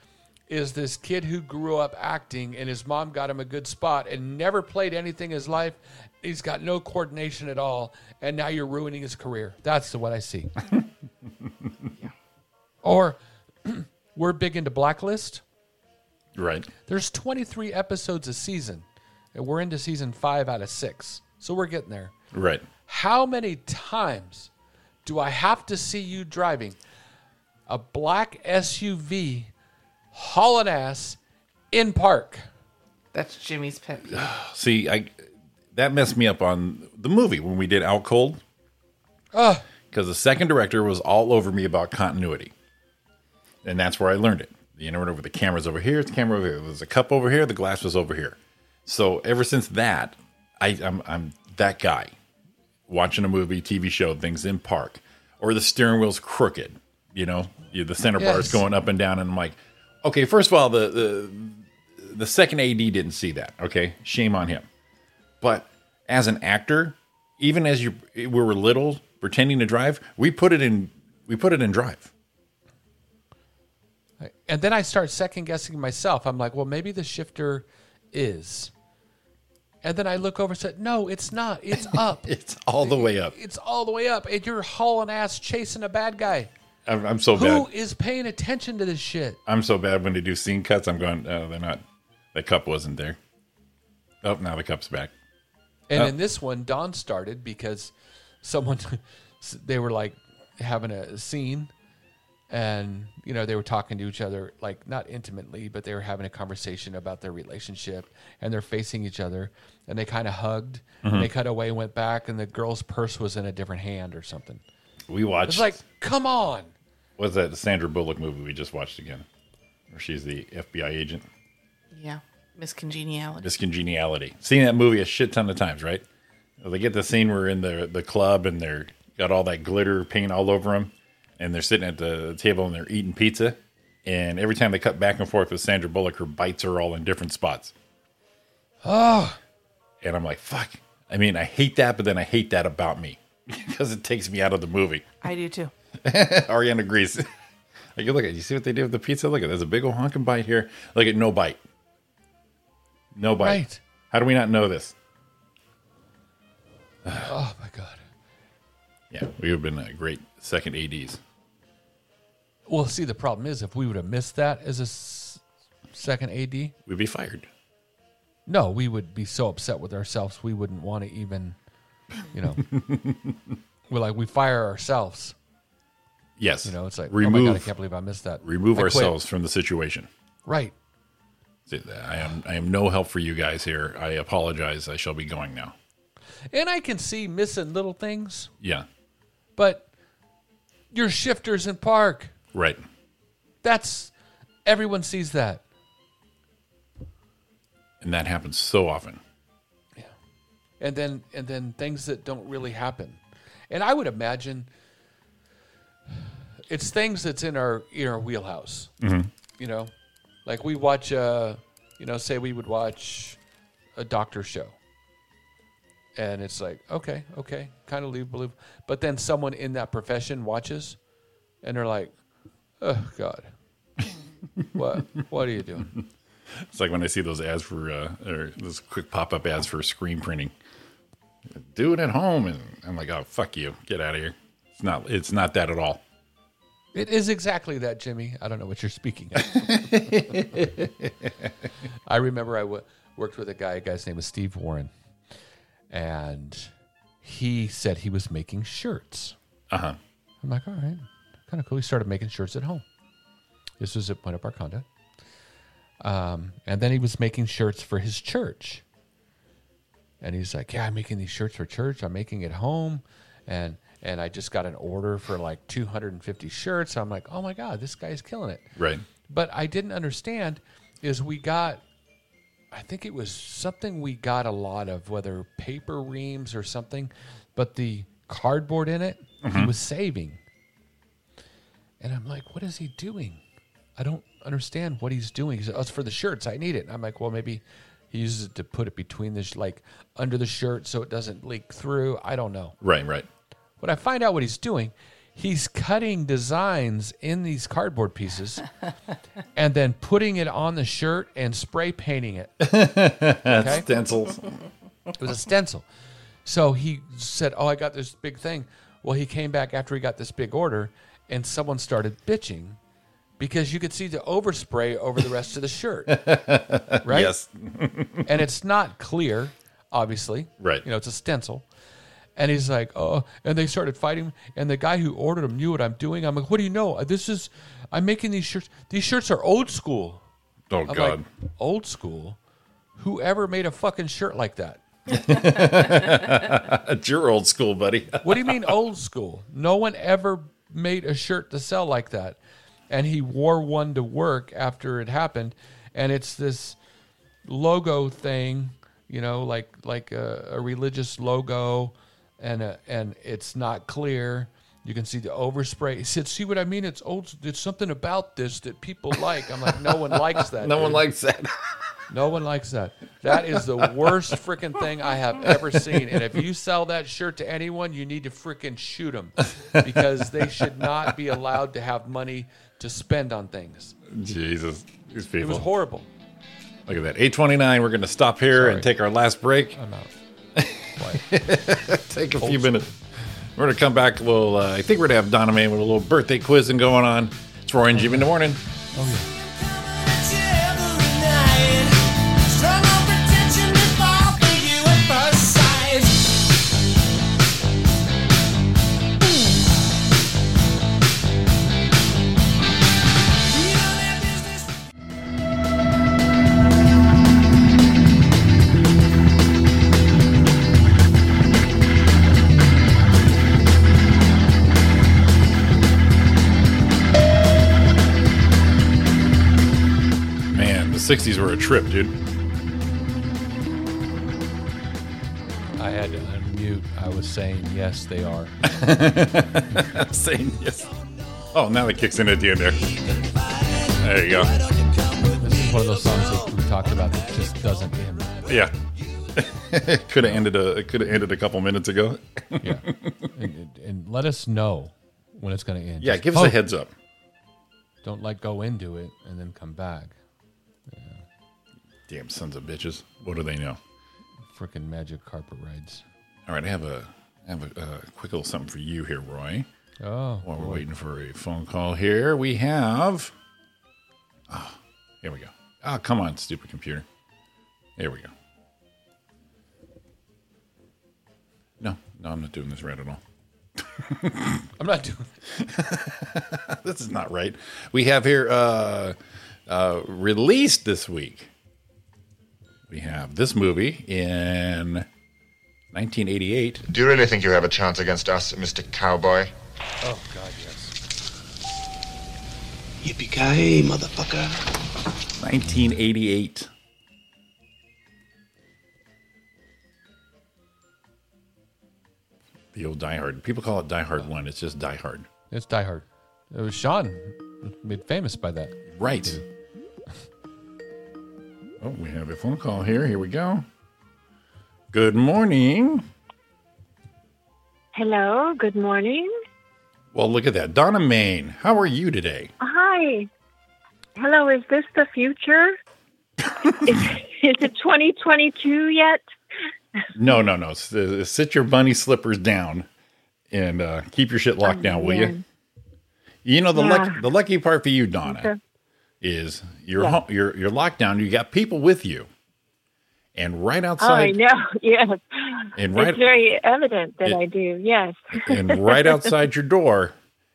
S6: is this kid who grew up acting and his mom got him a good spot and never played anything in his life. He's got no coordination at all, and now you're ruining his career. That's the what I see. Or we're big into blacklist.
S7: right.
S6: There's 23 episodes a season, and we're into season five out of six, so we're getting there.
S7: Right.
S6: How many times do I have to see you driving a black SUV hauling ass in park?
S3: that's Jimmy's pet peeve.
S7: See, I that messed me up on the movie when we did Out Cold. Because the second director was all over me about continuity. and that's where I learned it. The internet over the cameras over here, the camera over here. There's a cup over here, the glass was over here. So ever since that, I, I'm I'm that guy watching a movie, TV show, things in park, or the steering wheel's crooked. You know, You- the center bar is
S9: Yes.
S7: going up and down, and I'm like, okay, first of all, the the the second AD didn't see that. Okay, shame on him. But as an actor, even as you we were little pretending to drive, we put it in we put it in drive.
S6: And then I start second guessing myself. I'm like, well, maybe the shifter is. And then I look over and said, no, it's not. It's up.
S7: It's all the way up.
S6: it's all the way up. And you're hauling ass chasing a bad guy.
S7: I'm, I'm so
S6: Who is
S7: bad.
S6: paying attention to this shit?
S7: I'm so bad when they do scene cuts. I'm going. Oh, they're not. The cup wasn't there. Oh, now the cup's back.
S6: And in this one, Dawn started because someone, they were like having a scene and, you know, they were talking to each other, like not intimately, but they were having a conversation about their relationship and they're facing each other and they kind of hugged. And they cut away, went back, and the girl's purse was in a different hand or something.
S7: We watched.
S6: It's like, come on.
S7: what's that Sandra Bullock movie we just watched again? Where she's the FBI agent.
S3: Yeah. Miss Congeniality.
S7: Miscongeniality. Seen that movie a shit ton of times, right? They get the scene where in the the club and they're got all that glitter paint all over them, and they're sitting at the table and they're eating pizza. And every time they cut back and forth with Sandra Bullock, her bites are all in different spots. Oh. And I'm like, fuck. I mean, I hate that, but then I hate that about me because it takes me out of the movie.
S3: I do too.
S7: Ariana agrees. like, look at you see what they did with the pizza. Look at there's a big old honking bite here. Look at no bite, no bite.
S6: Right.
S7: How do we not know this?
S6: Oh, my God.
S7: Yeah, we would have been a great second ads.
S6: Well, see, the problem is if we would have missed that as a s- second AD,
S7: We'd be fired.
S6: no, we would be so upset with ourselves we wouldn't want to even, you know, we're like we fire ourselves.
S7: Yes,
S6: You know, it's like oh my god, I
S7: remove
S6: can't believe I missed that.
S7: remove
S6: I quit.
S7: ourselves from the situation.
S6: Right.
S7: I am I am no help for you guys here. I apologize. I shall be going now.
S6: And I can see missing little things,
S7: Yeah,
S6: but your shifters in park.
S7: right.
S6: That's everyone sees that.
S7: And that happens so often.
S6: and then and then things that don't really happen and i would imagine it's things that's in our in our wheelhouse you know like we watch uh you know say we would watch a doctor show and it's like okay okay kind of leave believe but then someone in that profession watches and they're like oh god what what are you doing
S7: It's like when I see those ads for uh, or those quick pop up ads for screen printing. Do it at home, and I'm like, oh fuck you, get out of here. It's not it's not that at all.
S6: It is exactly that, Jimmy. I don't know what you're speaking of. I remember I w- worked with a guy. A guy's name was Steve Warren, and he said he was making shirts.
S7: Uh huh.
S6: I'm like, all right, kind of cool. He started making shirts at home. This was at Point of Arconda. Um, and then he was making shirts for his church. And he's like, yeah, I'm making these shirts for church. I'm making it home. And, and I just got an order for like 250 shirts. I'm like, oh my God, this guy's killing it.
S7: Right.
S6: But I didn't understand is we got, I think it was something we got a lot of, whether paper reams or something, but the cardboard in it, he was saving. And I'm like, what is he doing? I don't understand what he's doing. He said, oh, it's for the shirts. I need it. And I'm like, well, maybe he uses it to put it between the, sh- like under the shirt so it doesn't leak through. I don't know.
S7: Right. Right.
S6: When I find out what he's doing, he's cutting designs in these cardboard pieces and then putting it on the shirt and spray painting it. Okay?
S7: Stencils.
S6: It was a stencil. So he said, Oh, I got this big thing. Well, he came back after he got this big order, and someone started bitching because you could see the overspray over the rest of the shirt. Right?
S7: Yes.
S6: and it's not clear, obviously.
S7: Right.
S6: You know, it's a stencil. And he's like, oh, and they started fighting. And the guy who ordered them knew what I'm doing. I'm like, what do you know? This is, I'm making these shirts. These shirts are old school.
S7: Oh
S6: I'm
S7: god.
S6: like, old school? Whoever made a fucking shirt like that?
S7: That's your old school, buddy.
S6: What do you mean old school? No one ever made a shirt to sell like that. and he wore one to work after it happened, and it's this logo thing, you know, like like a, a religious logo, and a, and it's not clear. You can see the overspray. He said, "See what I mean? It's old. It's something about this that people like." I'm like, "No one likes that.
S9: No one
S6: dude.
S9: likes that.
S6: No one likes that. That is the worst freaking thing I have ever seen. And if you sell that shirt to anyone, you need to freaking shoot them because they should not be allowed to have money to spend on things.
S7: Jesus, these
S6: It was
S7: people.
S6: horrible.
S7: Look at that. 829. We're going to stop here and
S6: Sorry.
S7: take our last break.
S6: I'm out.
S7: take a few minutes. We're going to come back. We'll, uh, I think we're going to have Donna Mae with a little birthday quiz and going on. It's Roy and Jimmy in the morning. Man, the 60s were a trip, dude.
S6: I had to unmute. I was saying, yes, they are.
S7: Saying yes. Oh, now that kicks in at the end there. There you go.
S6: This is one of those songs that we talked about that just doesn't end.
S7: Yeah. could have ended a it could have ended a couple minutes ago.
S6: Yeah. And, and let us know when it's going to end.
S7: Yeah,
S6: Just
S7: give us a
S6: hope.
S7: heads up.
S6: Don't let go into it and then come back.
S7: Damn sons of bitches. What do they know?
S6: Freaking magic carpet rides.
S7: All right, I have a I have a uh, quick little something for you here, Roy.
S6: Oh,
S7: While we're waiting for a phone call here, we have. Oh, here we go. Oh, come on, stupid computer. There we go. No, no, I'm not doing this right at all.
S6: I'm not doing
S7: This is not right. We have here uh, uh, released this week. We have this movie in 1988.
S10: Do you really think you have a chance against us, Mr. Cowboy?
S6: Oh, God, yes.
S11: Yippee-ki-yay, motherfucker.
S7: 1988. The old Die Hard. People call it Die Hard 1. It's just Die Hard.
S6: It's Die Hard. It was Sean made famous by that.
S7: Right. Oh, we have a phone call here. Here we go. Good morning.
S12: Hello, good morning.
S7: Well, look at that. Donna Main, how are you today?
S12: Hi. Hello, is this the future? is, is it 2022 yet?
S7: No, no, no. S- uh, Sit your bunny slippers down and uh, keep your shit locked down, will you?
S12: man.
S7: You know the luck
S12: Yeah.
S7: the lucky part for you, Donna,
S12: Okay.
S7: is your are ho- your your lockdown. You got people with you, and right
S12: Oh, I
S7: outside,
S12: know. Yes.
S7: and right
S12: it's very evident that
S7: It-
S12: I do. Yes.
S7: and right outside your door,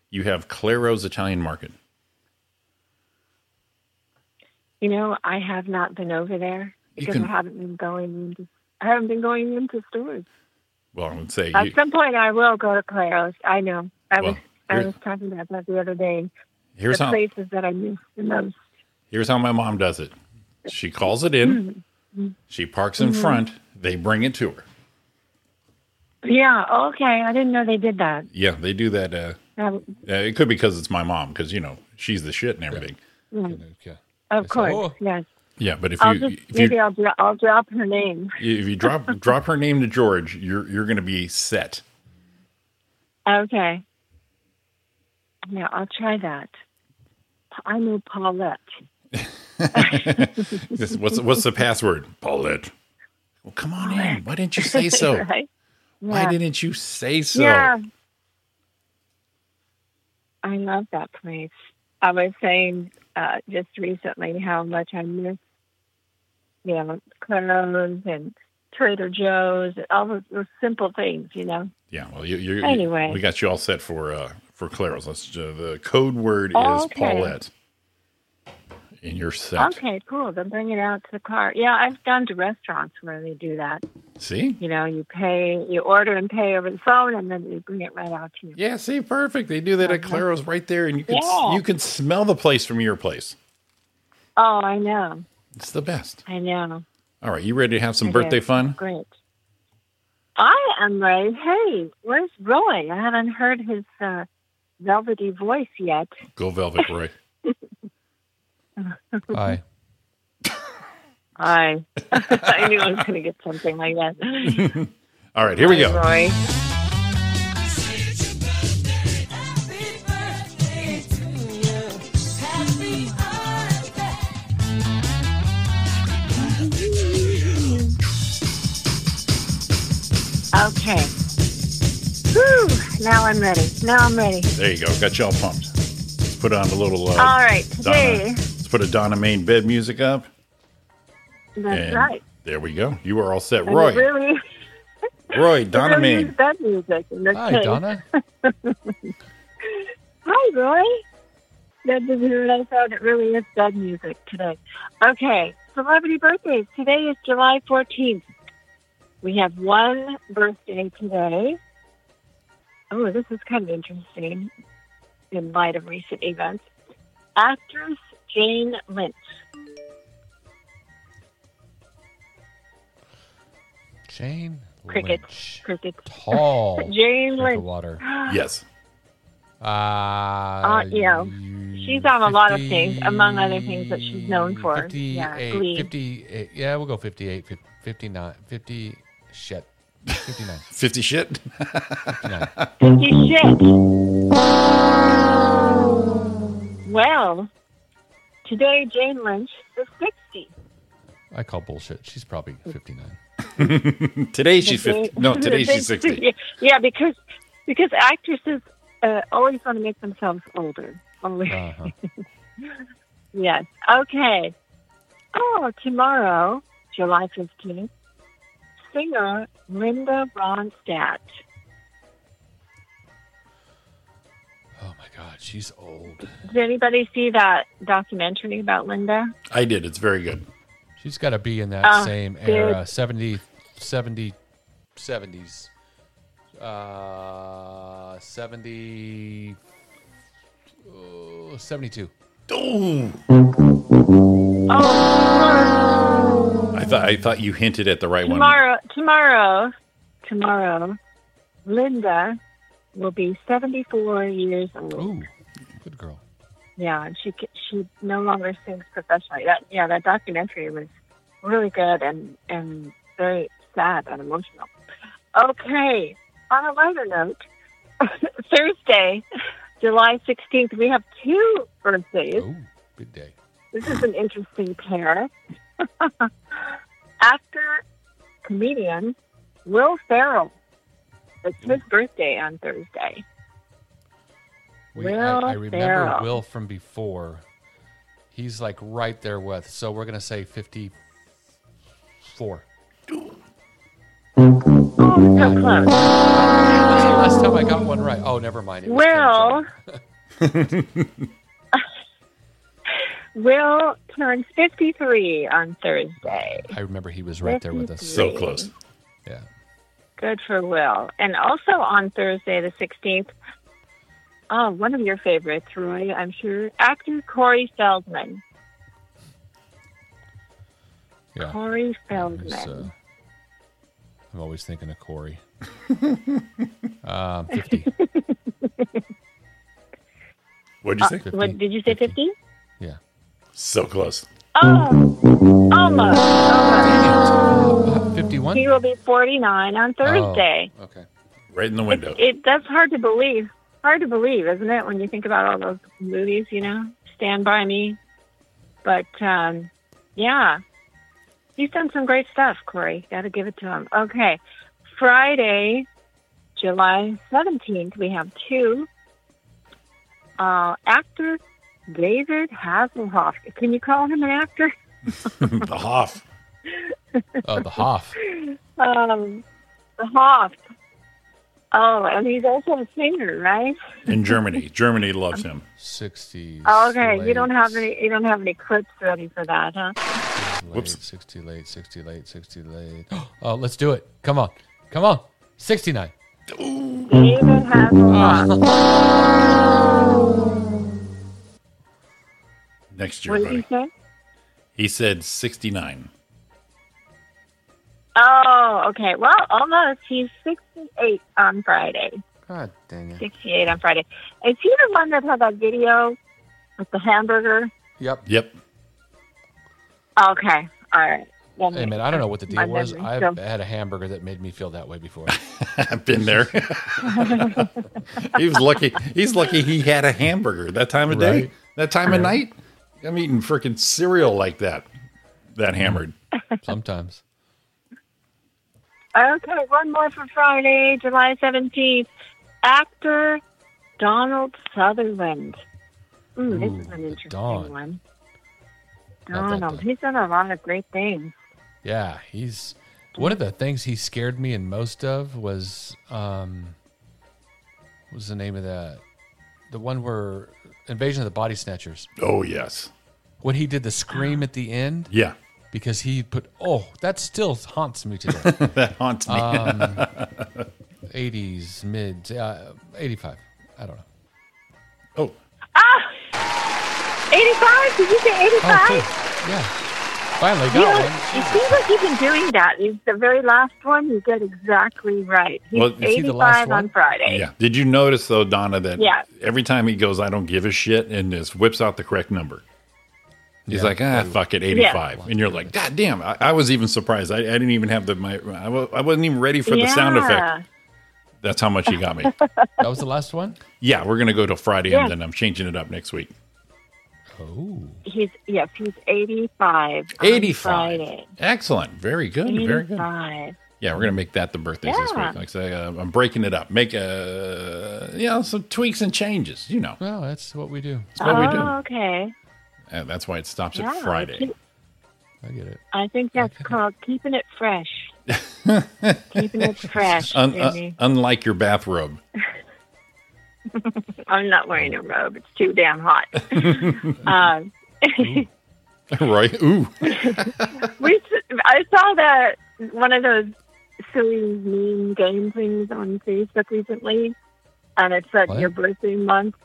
S7: you have Claro's Italian Market.
S12: You know, I have not been over there
S7: You
S12: because
S7: can-
S12: I haven't been going into I haven't been going into stores.
S7: Well, I would say you,
S12: At some point I will go to Claro's. I know. I
S7: Well,
S12: was I
S7: here's-
S12: was talking about that the other day.
S7: here's
S12: the
S7: how
S12: places that I miss the most.
S7: here's how my mom does it. She calls it in,
S12: Mm-hmm.
S7: she parks in front, they bring it to her.
S12: Yeah, okay. I didn't know they did that.
S7: Yeah, they do that. Uh,
S12: Um,
S7: uh, it could be because it's my mom, because you know she's the shit and everything.
S6: Yeah.
S12: Mm. Of course,
S6: "Oh."
S12: yes.
S7: Yeah, but if
S12: I'll
S7: you
S12: just
S7: if
S12: maybe
S7: you
S12: I'll dro- I'll drop her name.
S7: if you drop drop her name to George, you're you're gonna be set.
S12: Okay. Yeah, I'll try that. I know Paulette.
S7: This- what's what's the password? Paulette. Well, come on in. Why didn't you say so?
S12: right?
S7: Why
S12: Yeah.
S7: didn't you say so?
S12: Yeah. I love that place. I was saying uh, just recently how much I miss, you know, Claro's and Trader Joe's, and all those, those simple things, you know.
S7: Yeah, Well, you, you, you-
S12: Anyway.
S7: we got you all set for uh for Claros. Let's uh, the code word
S12: Oh,
S7: is
S12: okay.
S7: Paulette. in your set.
S12: Okay, cool. Then bring it out to the car. Yeah, I've gone to restaurants where they do that.
S7: See?
S12: You know, you pay, you order and pay over the phone, and then they bring it right out to you.
S7: Yeah, see, perfect. They do that at Claro's right there, and you can
S12: Yeah.
S7: you can smell the place from your place.
S12: Oh, I know.
S7: It's the best.
S12: I know.
S7: All right, you ready to have some
S12: It
S7: birthday
S12: is.
S7: fun?
S12: Great. I am ready. Hey, where's Roy? I haven't heard his uh, velvety voice yet.
S7: Go Velvet Roy.
S6: "Oh,
S7: Hi.
S12: Hi. I knew I was going to get something like that.
S7: All right, here we
S12: Hi,
S7: go.
S12: Roy. Okay. Whew, now I'm ready. Now I'm ready.
S7: There you go. Got y'all pumped. Let's put on a little. Uh,
S12: All right,
S7: Donna-
S12: today-
S7: Let's put a Donna Main bed music up.
S12: That's
S7: and
S12: right.
S7: There we go. You are all set,
S12: And it
S7: Roy.
S12: Really,
S7: Roy, Donna
S12: it really
S7: Main.
S12: is bed music in this
S7: Hi,
S12: case.
S7: Donna.
S12: Hi, Roy. That doesn't realize how it really is bed music today. Okay, celebrity birthdays. Today is July 14th. We have one birthday today. Oh, this is kind of interesting in light of recent events. Actress Jane Lynch.
S6: Jane
S12: Cricket. Cricket.
S6: Tall.
S12: Jane
S6: drink
S12: Lynch.
S6: of water.
S7: Yes.
S6: Uh,
S12: Uh, you know, she's on a lot of things, among other things that she's known for.
S6: 58,
S12: yeah, Glee.
S6: 58 yeah, we'll go 58, fif- 59, 50, shit. 59.
S7: 50 shit?
S12: 50 shit. Well, today Jane Lynch is 60.
S6: I call bullshit. She's probably 59.
S7: today she's 50. No,
S12: The
S7: today
S12: big-
S7: she's 60.
S12: Yeah, because because actresses uh, always want to make themselves older. Always.
S6: Uh-huh.
S12: yes. Okay. Oh, tomorrow, July 15th, singer Linda Ronstadt.
S6: Oh my God, she's old.
S12: Did anybody see that documentary about Linda?
S7: I did. It's very good.
S6: She's got to be in that
S12: Oh,
S6: same
S12: dude.
S6: era 70, 70, 70s. Uh, 70, uh, 72.
S12: Oh.
S7: I thought I thought you hinted at the right one.
S12: Tomorrow, tomorrow, tomorrow, Linda will be 74 years old.
S6: Ooh, good girl.
S12: Yeah, and she ca- she no longer sings professionally. That yeah, that documentary was really good and and very sad and emotional. Okay, on a lighter note, Thursday, July 16th, we have two birthdays.
S6: Ooh, good day.
S12: This is an interesting pair. Actor, comedian, Will Ferrell. It's his birthday on Thursday.
S6: We, I,
S12: Will
S6: I remember
S12: Ferrell.
S6: Will from before. He's like right there with. So we're gonna say fifty-four.
S12: Oh, so close.
S6: That's the last time I got one right. Oh, never mind. It was Kim
S12: Will
S6: Jong.
S12: Will turns 53 on Thursday.
S6: I remember he was right there with us.
S7: So close.
S6: yeah.
S12: Good for Will. And also on Thursday, the 16th, oh, one of your favorites, Roy, I'm sure, actor Corey Feldman.
S6: Yeah.
S12: Corey Feldman.
S6: He's, uh, I'm always thinking of Corey. um, fifty.
S7: What'd you say?
S12: what, did you say 50?
S6: Yeah.
S7: So close.
S12: Oh, almost. almost.
S6: Uh, Fifty-one.
S12: He will be 49 on Thursday.
S6: okay.
S7: Right in the window.
S12: It That's hard to believe. Hard to believe, isn't it, when you think about all those movies, you know? Stand By Me. But, um, yeah. He's done some great stuff, Corey. Got to give it to him. Okay. Friday, July 17th, we have two. Uh, actor David Hasselhoff. Can you call him an actor?
S7: the Hoff.
S6: Oh, the Hoff.
S12: Um, the Hoff. Oh, and he's also a singer, right?
S7: in Germany. Germany loves him.
S6: Sixty.
S12: Oh, okay, you don't have any. You don't have any clips ready for that, huh?
S6: Whoops. Sixty late. Sixty late. Sixty late. Oh, let's do it. Come on. Come on. Sixty-nine.
S12: David Hasselhoff.
S7: Next
S12: What
S7: year,
S12: did he
S7: buddy.
S12: say?
S7: He said 69.
S12: Oh, okay. Well, almost. He's 68 on Friday.
S6: God dang it.
S12: 68 on Friday. Is he the one that had that video with the hamburger?
S6: Yep.
S7: Yep.
S12: Okay. All right. Then
S6: Hey man, I don't know what the
S12: my
S6: deal was.
S12: memory
S6: I've
S12: jumps.
S6: had a hamburger that made me feel that way before.
S7: I've been there. he was lucky. He's lucky he had a hamburger that time of day,
S6: Right.
S7: that time of night. I'm eating freaking cereal like that. That hammered.
S6: Sometimes.
S12: Okay, one more for Friday, July 17th. Actor Donald Sutherland. Mm,
S6: Ooh,
S12: this is an
S6: the
S12: interesting
S6: Don.
S12: one.
S6: Not that
S12: Donald,
S6: Don.
S12: he's done a lot of great things.
S6: Yeah, he's one of the things he scared me and most of was um what was the name of that the one where Invasion of the Body Snatchers.
S7: Oh yes.
S6: When he did the scream at the end
S7: Yeah.
S6: because he put oh, that still haunts me today.
S7: That haunts me.
S6: 80s, mid uh, 85. I don't know.
S7: oh,
S12: Ah! 85? Did you say 85?
S6: Oh, cool. Yeah. Finally
S12: You know,
S6: got one.
S12: it seems like you've been doing that. You- The very last one, you get exactly right. He's
S7: Well,
S6: is
S12: 85
S6: he the last one?
S12: on Friday.
S7: yeah. Did you notice though, Donna, that
S12: Yeah.
S7: every time he goes, I don't give a shit, and just whips out the correct number. He's like, ah, fuck it, eighty-five, and you're like, god damn! I, I was even surprised. I, I didn't even have the my. I, wa- I wasn't even ready for the sound effect. That's how much he got me.
S6: That was the last one?
S7: Yeah, we're gonna go to Friday,
S12: Yeah.
S7: and then I'm changing it up next week.
S6: Oh.
S12: He's, yes, he's 85 on
S7: Eighty-five.
S12: Friday.
S7: Excellent. Very good. Very good.
S12: 85.
S7: Yeah, we're gonna make that the birthday this week.
S12: Yeah.
S7: Like I say, uh, I'm breaking it up. Make uh, you know, some tweaks and changes. You know,
S6: Well, that's what we do.
S7: that's what
S12: oh,
S7: we do.
S12: okay.
S7: And that's why it stops
S12: Yeah,
S7: at Friday.
S12: keep-
S6: I get it.
S12: I think that's called keeping it fresh. keeping it fresh,
S7: Un- uh,
S12: baby.
S7: unlike your bathrobe.
S12: I'm not wearing a robe. It's too damn hot. um,
S7: right? Ooh.
S12: we, s- I saw that one of those silly meme game things on Facebook recently, and it said
S6: What?
S12: your birthday month.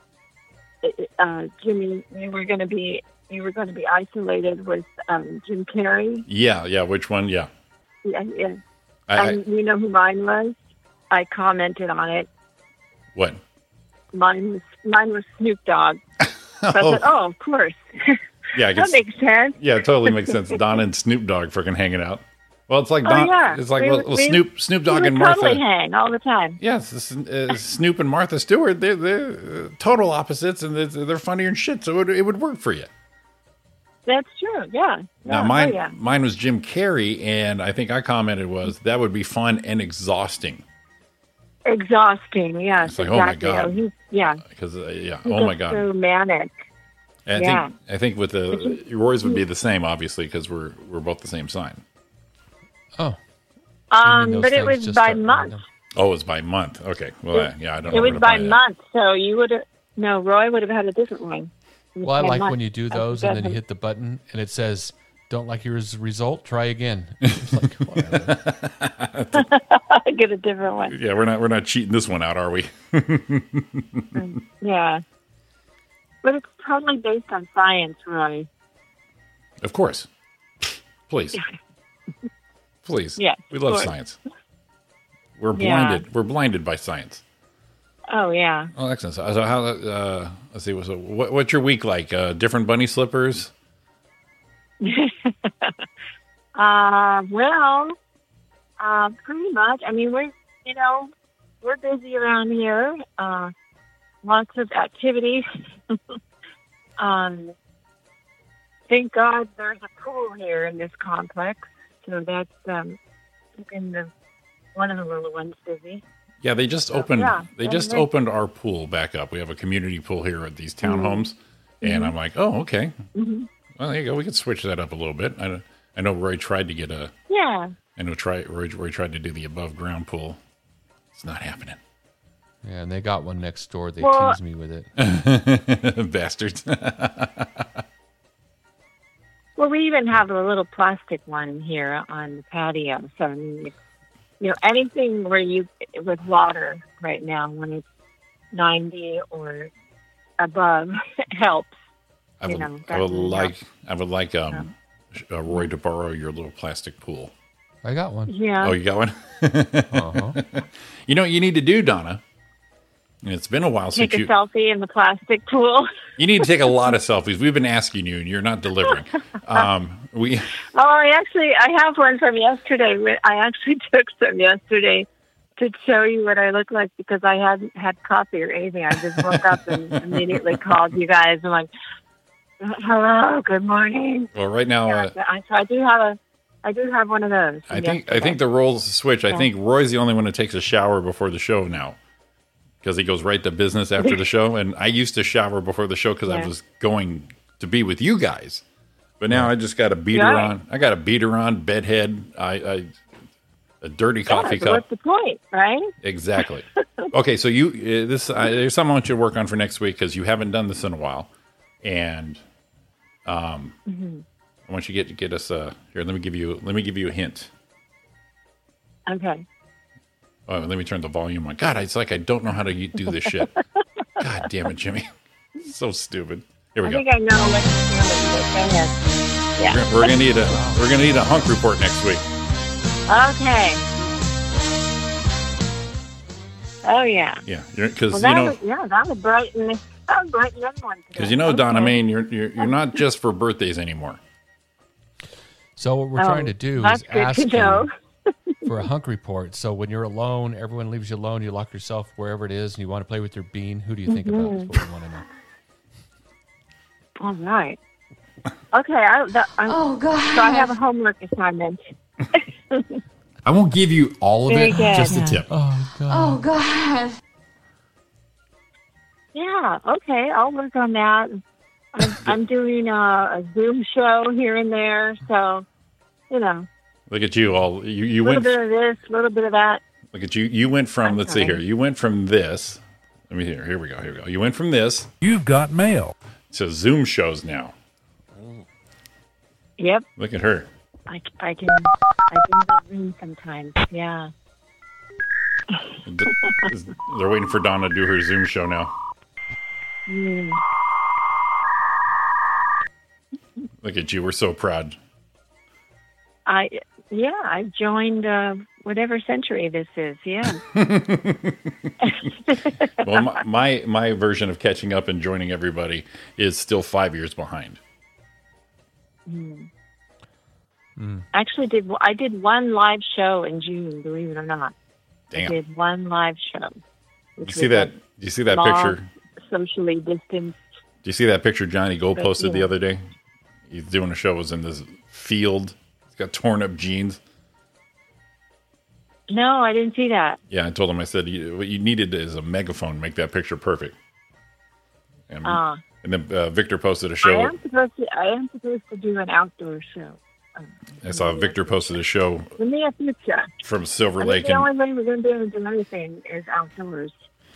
S12: it- it, Uh, Jimmy, you were going to be you were going to be isolated with um, Jim Carrey.
S7: Yeah, yeah. Which one? Yeah.
S12: Yeah, yeah.
S7: I, I
S12: and you know who mine was? I commented on it.
S7: what?
S12: Mine was mine was Snoop Dogg. So I said, "Oh, of course,
S7: yeah, I
S12: that
S7: guess.
S12: makes sense."
S7: yeah, it totally makes sense. Don and Snoop Dogg freaking hanging out. Well, it's like
S12: Oh,
S7: Don.
S12: yeah.
S7: It's like
S12: We-
S7: well, well,
S12: we-
S7: Snoop Snoop
S12: We
S7: Dogg
S12: would
S7: and Martha.
S12: totally hang all the time.
S7: Yes, this is, uh, Snoop and Martha Stewart, they're, they're uh, total opposites and they're, they're funnier than shit, so it, it would work for you.
S12: That's true. Yeah.
S7: now,
S12: Yeah.
S7: mine
S12: Oh, yeah.
S7: mine was Jim Carrey, and I think I commented was that would be fun and exhausting
S12: Exhausting. Yes.
S7: It's like, oh, my
S12: exactly.
S7: God.
S12: he's, yeah.
S7: because, uh, yeah,
S12: he
S7: oh my God.
S12: gets So manic.
S7: And I
S12: yeah.
S7: think I think with the Roy's would be the same, obviously, because we're, we're both the same sign.
S6: Oh.
S12: Um,
S6: those
S12: but it
S6: things
S12: was
S6: just
S12: by
S6: start
S12: month.
S6: random.
S7: Oh, it's by month. Okay. Well, uh, yeah, I don't know.
S12: It
S7: where
S12: was
S7: to
S12: by
S7: find that.
S12: month, so you would have no. Roy would have had a different one. It was
S6: Well, I
S12: by
S6: like
S12: month.
S6: when you do
S12: That's
S6: those and then you
S12: different.
S6: hit the button and it says, "Don't like your res- result? Try again." It's like, whatever.
S12: get a different one.
S7: Yeah, we're not we're not cheating this one out, are we?
S12: Yeah. But it's totally based on science, Roy.
S7: Of course. Please. Please.
S12: Yes,
S7: We
S12: of
S7: love
S12: course.
S7: science. We're
S12: Yeah.
S7: blinded. We're blinded by science.
S12: Oh yeah.
S7: Oh, excellent. So, so how? Uh, let's see. So, what, what's your week like? Uh, different bunny slippers.
S12: Uh, well, uh, pretty much. I mean, we're you know we're busy around here. Uh, lots of activities. um, thank God there's a pool here in this complex, so that's um, keeping the one of the little ones busy.
S7: Yeah, they just opened.
S12: yeah,
S7: they
S12: and
S7: just
S12: they-
S7: opened our pool back up. We have a community pool here at these
S12: Mm-hmm.
S7: townhomes, and I'm like, oh, okay. Well, there you go. We could switch that up a little bit. I, I know Roy tried to get a.
S12: Yeah.
S7: I know try Roy, Roy tried to do the above ground pool. It's not happening.
S6: Yeah, and they got one next door. They
S12: Well-
S6: teased me with it.
S7: Bastards.
S12: Well, we even have a little plastic one here on the patio. So, I mean, if- you know, anything where you with water right now when it's 90 or above helps.
S7: I
S12: you
S7: would,
S12: know,
S7: I would
S12: that really
S7: like
S12: helps.
S7: I would like um, sh- uh, Roy to borrow your little plastic pool.
S6: I got one.
S12: Yeah.
S7: Oh, you got one. Uh-huh. You know what you need to do, Donna. And it's been a while
S12: Take
S7: since
S12: a
S7: you
S12: selfie in the plastic pool.
S7: you need to take a lot of selfies. We've been asking you, and you're not delivering. Um, we
S12: Oh, I actually I have one from yesterday. I actually took some yesterday to show you what I look like because I hadn't had coffee or anything. I just woke up and immediately called you guys. I'm like, "Hello, good morning."
S7: well right now. Uh,
S12: I, so I do have a, I do have one of those.
S7: I think I think the roles switch. I
S12: Yeah.
S7: think Roy's the only one who takes a shower before the show now, because he goes right to business after the show. And I used to shower before the show because
S12: Yeah.
S7: I was going to be with you guys, but now I just got a beater
S12: Yeah.
S7: on. I got a beater on, bedhead, I, I a dirty coffee
S12: Yeah, so
S7: cup.
S12: What's the point, right?
S7: Exactly. okay, so you uh, this I, there's something I want you to work on for next week because you haven't done this in a while, and um,
S12: Mhm.
S7: I want you to get get us uh here. Let me give you let me give you a hint.
S12: Okay.
S7: Oh, let me turn the volume on. God, it's like I don't know how to u- do this shit. God damn it, Jimmy. So stupid. Here we
S12: I
S7: go.
S12: think I know what what the thing is.
S7: We're
S12: Yeah.
S7: gonna- We're gonna need a we're gonna need a hunk report next week.
S12: Okay. Oh yeah.
S7: Yeah, because
S12: Well,
S7: you
S12: that
S7: know
S12: would, yeah, that would brighten that would brighten everyone.
S7: because you know Don, I mean you're, you're you're not just for birthdays anymore.
S6: So what we're
S12: Oh,
S6: trying to do
S12: that's
S6: is
S12: good to
S6: ask you
S12: know.
S6: for a hunk report. So when you're alone, everyone leaves you alone. You lock yourself wherever it is, and you want to play with your bean. Who do you think about? Is
S12: Mm-hmm.
S6: what we want to know.
S12: All right. Okay. I, that, I'm, oh God. So I have a homework assignment.
S7: I won't give you all
S12: of Very it, good. just the
S7: tip.
S6: Oh
S2: Oh, God.
S12: Yeah. Okay. I'll work on that. I'm, I'm doing a, a Zoom show here and there, so you know,
S7: Look at you all. You you
S12: a little
S7: went.
S12: bit of this, a little bit of that.
S7: Look at you. You went from. let's see here. You went from this. Let me here. Here we go. Here we go. You went from this. You've got mail. So Zoom shows now.
S12: Yep.
S7: Look at her.
S12: I, I can I can go Zoom sometimes. Yeah.
S7: D- They're waiting for Donna to do her Zoom show now.
S12: Mm.
S7: Look at you. We're so proud.
S12: I yeah. I joined uh, whatever century this is. Yeah.
S7: Well, my, my my version of catching up and joining everybody is still five years behind.
S12: Mm. Actually, did I did one live show in June? Believe it or not, I
S7: Damn.
S12: did one live show.
S7: You see that? You see that
S12: Small,
S7: picture?
S12: Socially distanced.
S7: Do you see that picture Johnny Gold
S12: But,
S7: posted
S12: yeah.
S7: the other day? He's doing a show. Was in this field. He's got torn up jeans.
S12: No, I didn't see that.
S7: Yeah, I told him. I said, you, "What you needed is a megaphone. to Make that picture perfect." And,
S12: Ah.
S7: and then uh, Victor posted a
S12: I
S7: show.
S12: am supposed to. I am supposed to do an outdoor show. Um,
S7: I saw Victor posted a show
S12: In the near future,
S7: from Silver
S12: I think
S7: Lake,
S12: the
S7: and
S12: only way we're going to be able to do anything is outdoors.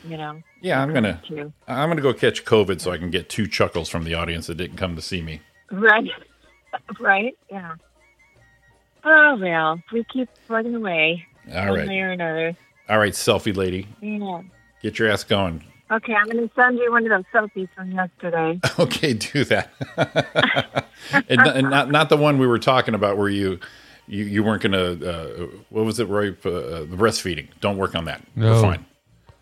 S12: You know.
S7: Yeah, I'm gonna
S12: Too.
S7: I'm gonna go catch COVID so I can get two chuckles from the audience that didn't come to see me.
S12: Right. right. Yeah. Oh well, we keep plugging away.
S7: All
S12: one
S7: right.
S12: Way or another.
S7: All right, selfie lady,
S12: Yeah.
S7: get your ass going.
S12: Okay, I'm going to send you one of those selfies from yesterday.
S7: Okay, do that. and, not- and not not the one we were talking about where you you, you weren't gonna uh, what was it, Roy? Uh, the breastfeeding. Don't work on that.
S6: No.
S7: We're fine.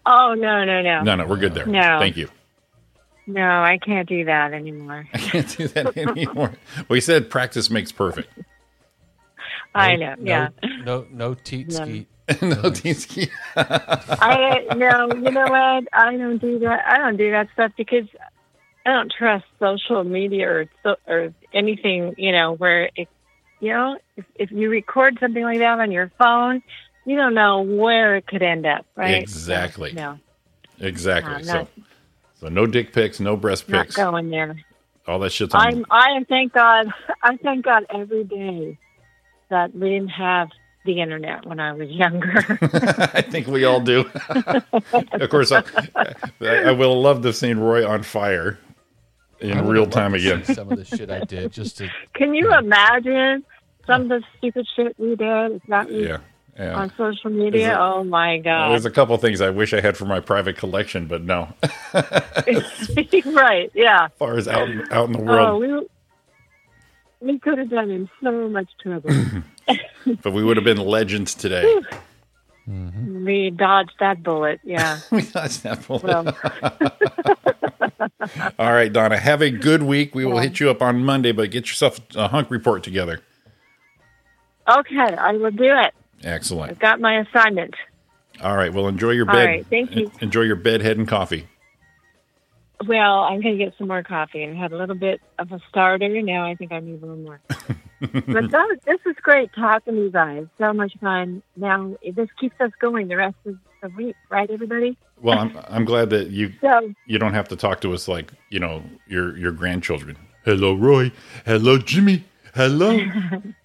S12: Oh no, no, no,
S7: No, no, we're good there.
S12: No.
S7: Thank you.
S12: no! I can't do that anymore.
S7: I can't do that anymore. well, you said practice makes perfect.
S12: I know. Yeah.
S6: No, no teat
S12: Yeah.
S6: skeet.
S7: no Dinsky.
S12: I no, you know what? I don't do that. I don't do that stuff because I don't trust social media or so, or anything. You know where it, you know if, if you record something like that on your phone, you don't know where it could end up, right?
S7: Exactly.
S12: No,
S7: Exactly.
S12: I'm
S7: so
S12: not-
S7: so no dick pics, no breast
S12: not
S7: pics.
S12: going there.
S7: All that shit's on
S12: I'm I am thank God I thank God every day that we didn't have the internet when I was younger.
S7: I think we all do. of course, I, I, I will love to see Roy on fire
S9: I
S7: in
S9: would
S7: real
S9: love
S7: time
S9: to see
S7: again.
S9: Some of the shit I did just to
S12: Can you imagine some of the stupid shit we did? It's not
S7: Yeah, yeah.
S12: on social media.
S7: Is it-
S12: oh my god!
S7: There's a couple things I wish I had for my private collection, but no. As
S12: right? Yeah.
S7: far as out out in the
S12: Oh,
S7: world,
S12: we we could have done him so much trouble.
S7: but we would have been legends today.
S12: we dodged that bullet. Yeah.
S7: we dodged that bullet.
S12: Well,
S7: All right, Donna. Have a good week. We will hit you up on Monday, but get yourself a hunk report together.
S12: okay, I will do it.
S7: Excellent.
S12: I've got my assignment.
S7: All right. Well, enjoy your
S12: All
S7: bed.
S12: right, thank you.
S7: Enjoy your bed, head, and coffee.
S12: Well, I'm going to get some more coffee. I had a little bit of a starter. Now I think I need a little more. but that, this is great talking to you guys. So much fun. Now this keeps us going the rest of the week, right, everybody?
S7: Well, I'm I'm glad that you
S12: So
S7: you don't have to talk to us like you know your your grandchildren. Hello, Roy. Hello, Jimmy. Hello,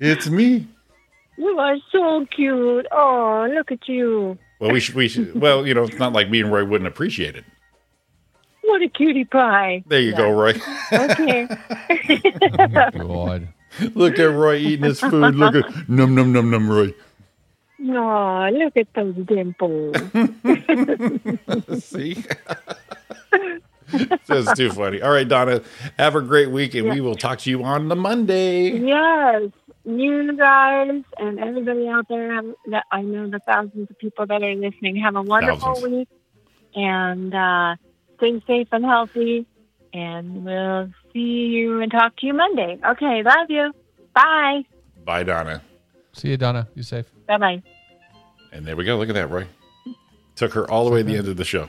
S7: it's me.
S12: you are so cute. Oh, look at you.
S7: Well, we should we should. Well, you know, it's not like me and Roy wouldn't appreciate it.
S12: What a cutie pie.
S7: There you go, Roy.
S12: Okay.
S7: God. Look at Roy eating his food. Look at num num num num Roy.
S12: Oh, look at those dimples.
S7: See? That's too funny. All right, Donna. Have a great week, and we will talk to you on the Monday.
S12: Yes, you guys and everybody out there. have- That I know the thousands of people that are listening. Have a wonderful
S7: Thousands.
S12: week, and uh, stay safe and healthy. And we'll see you and talk to you Monday. Okay, love you. Bye.
S7: Bye, Donna.
S6: See you, Donna. You safe.
S12: Bye. Bye.
S7: And there we go. Look at that, Roy. Took her all the way to the end of the show.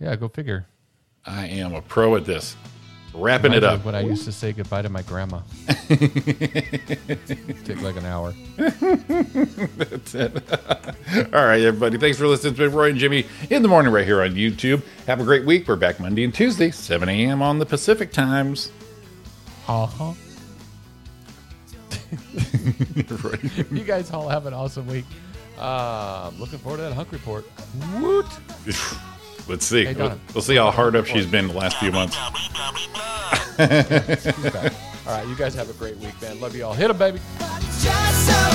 S6: Yeah, go figure.
S7: I am a pro at this. Wrapping
S6: Reminds
S7: it
S6: me
S7: up.
S6: of When I used to say goodbye to my grandma. Take like an hour.
S7: That's it. All right, everybody. Thanks for listening. It's been Roy and Jimmy in the morning right here on YouTube. Have a great week. We're back Monday and Tuesday, 7 a.m. on the Pacific times.
S6: Uh huh.
S7: Roy.
S6: You guys all have an awesome week. Uh, looking forward to that hunk report. Woot!
S7: Let's see.
S6: Hey,
S7: we'll,
S6: Donna.
S7: we'll see how hard up she's been the last few months.
S6: All right, you guys have a great week, man. Love you all. Hit 'em, baby.
S4: Just so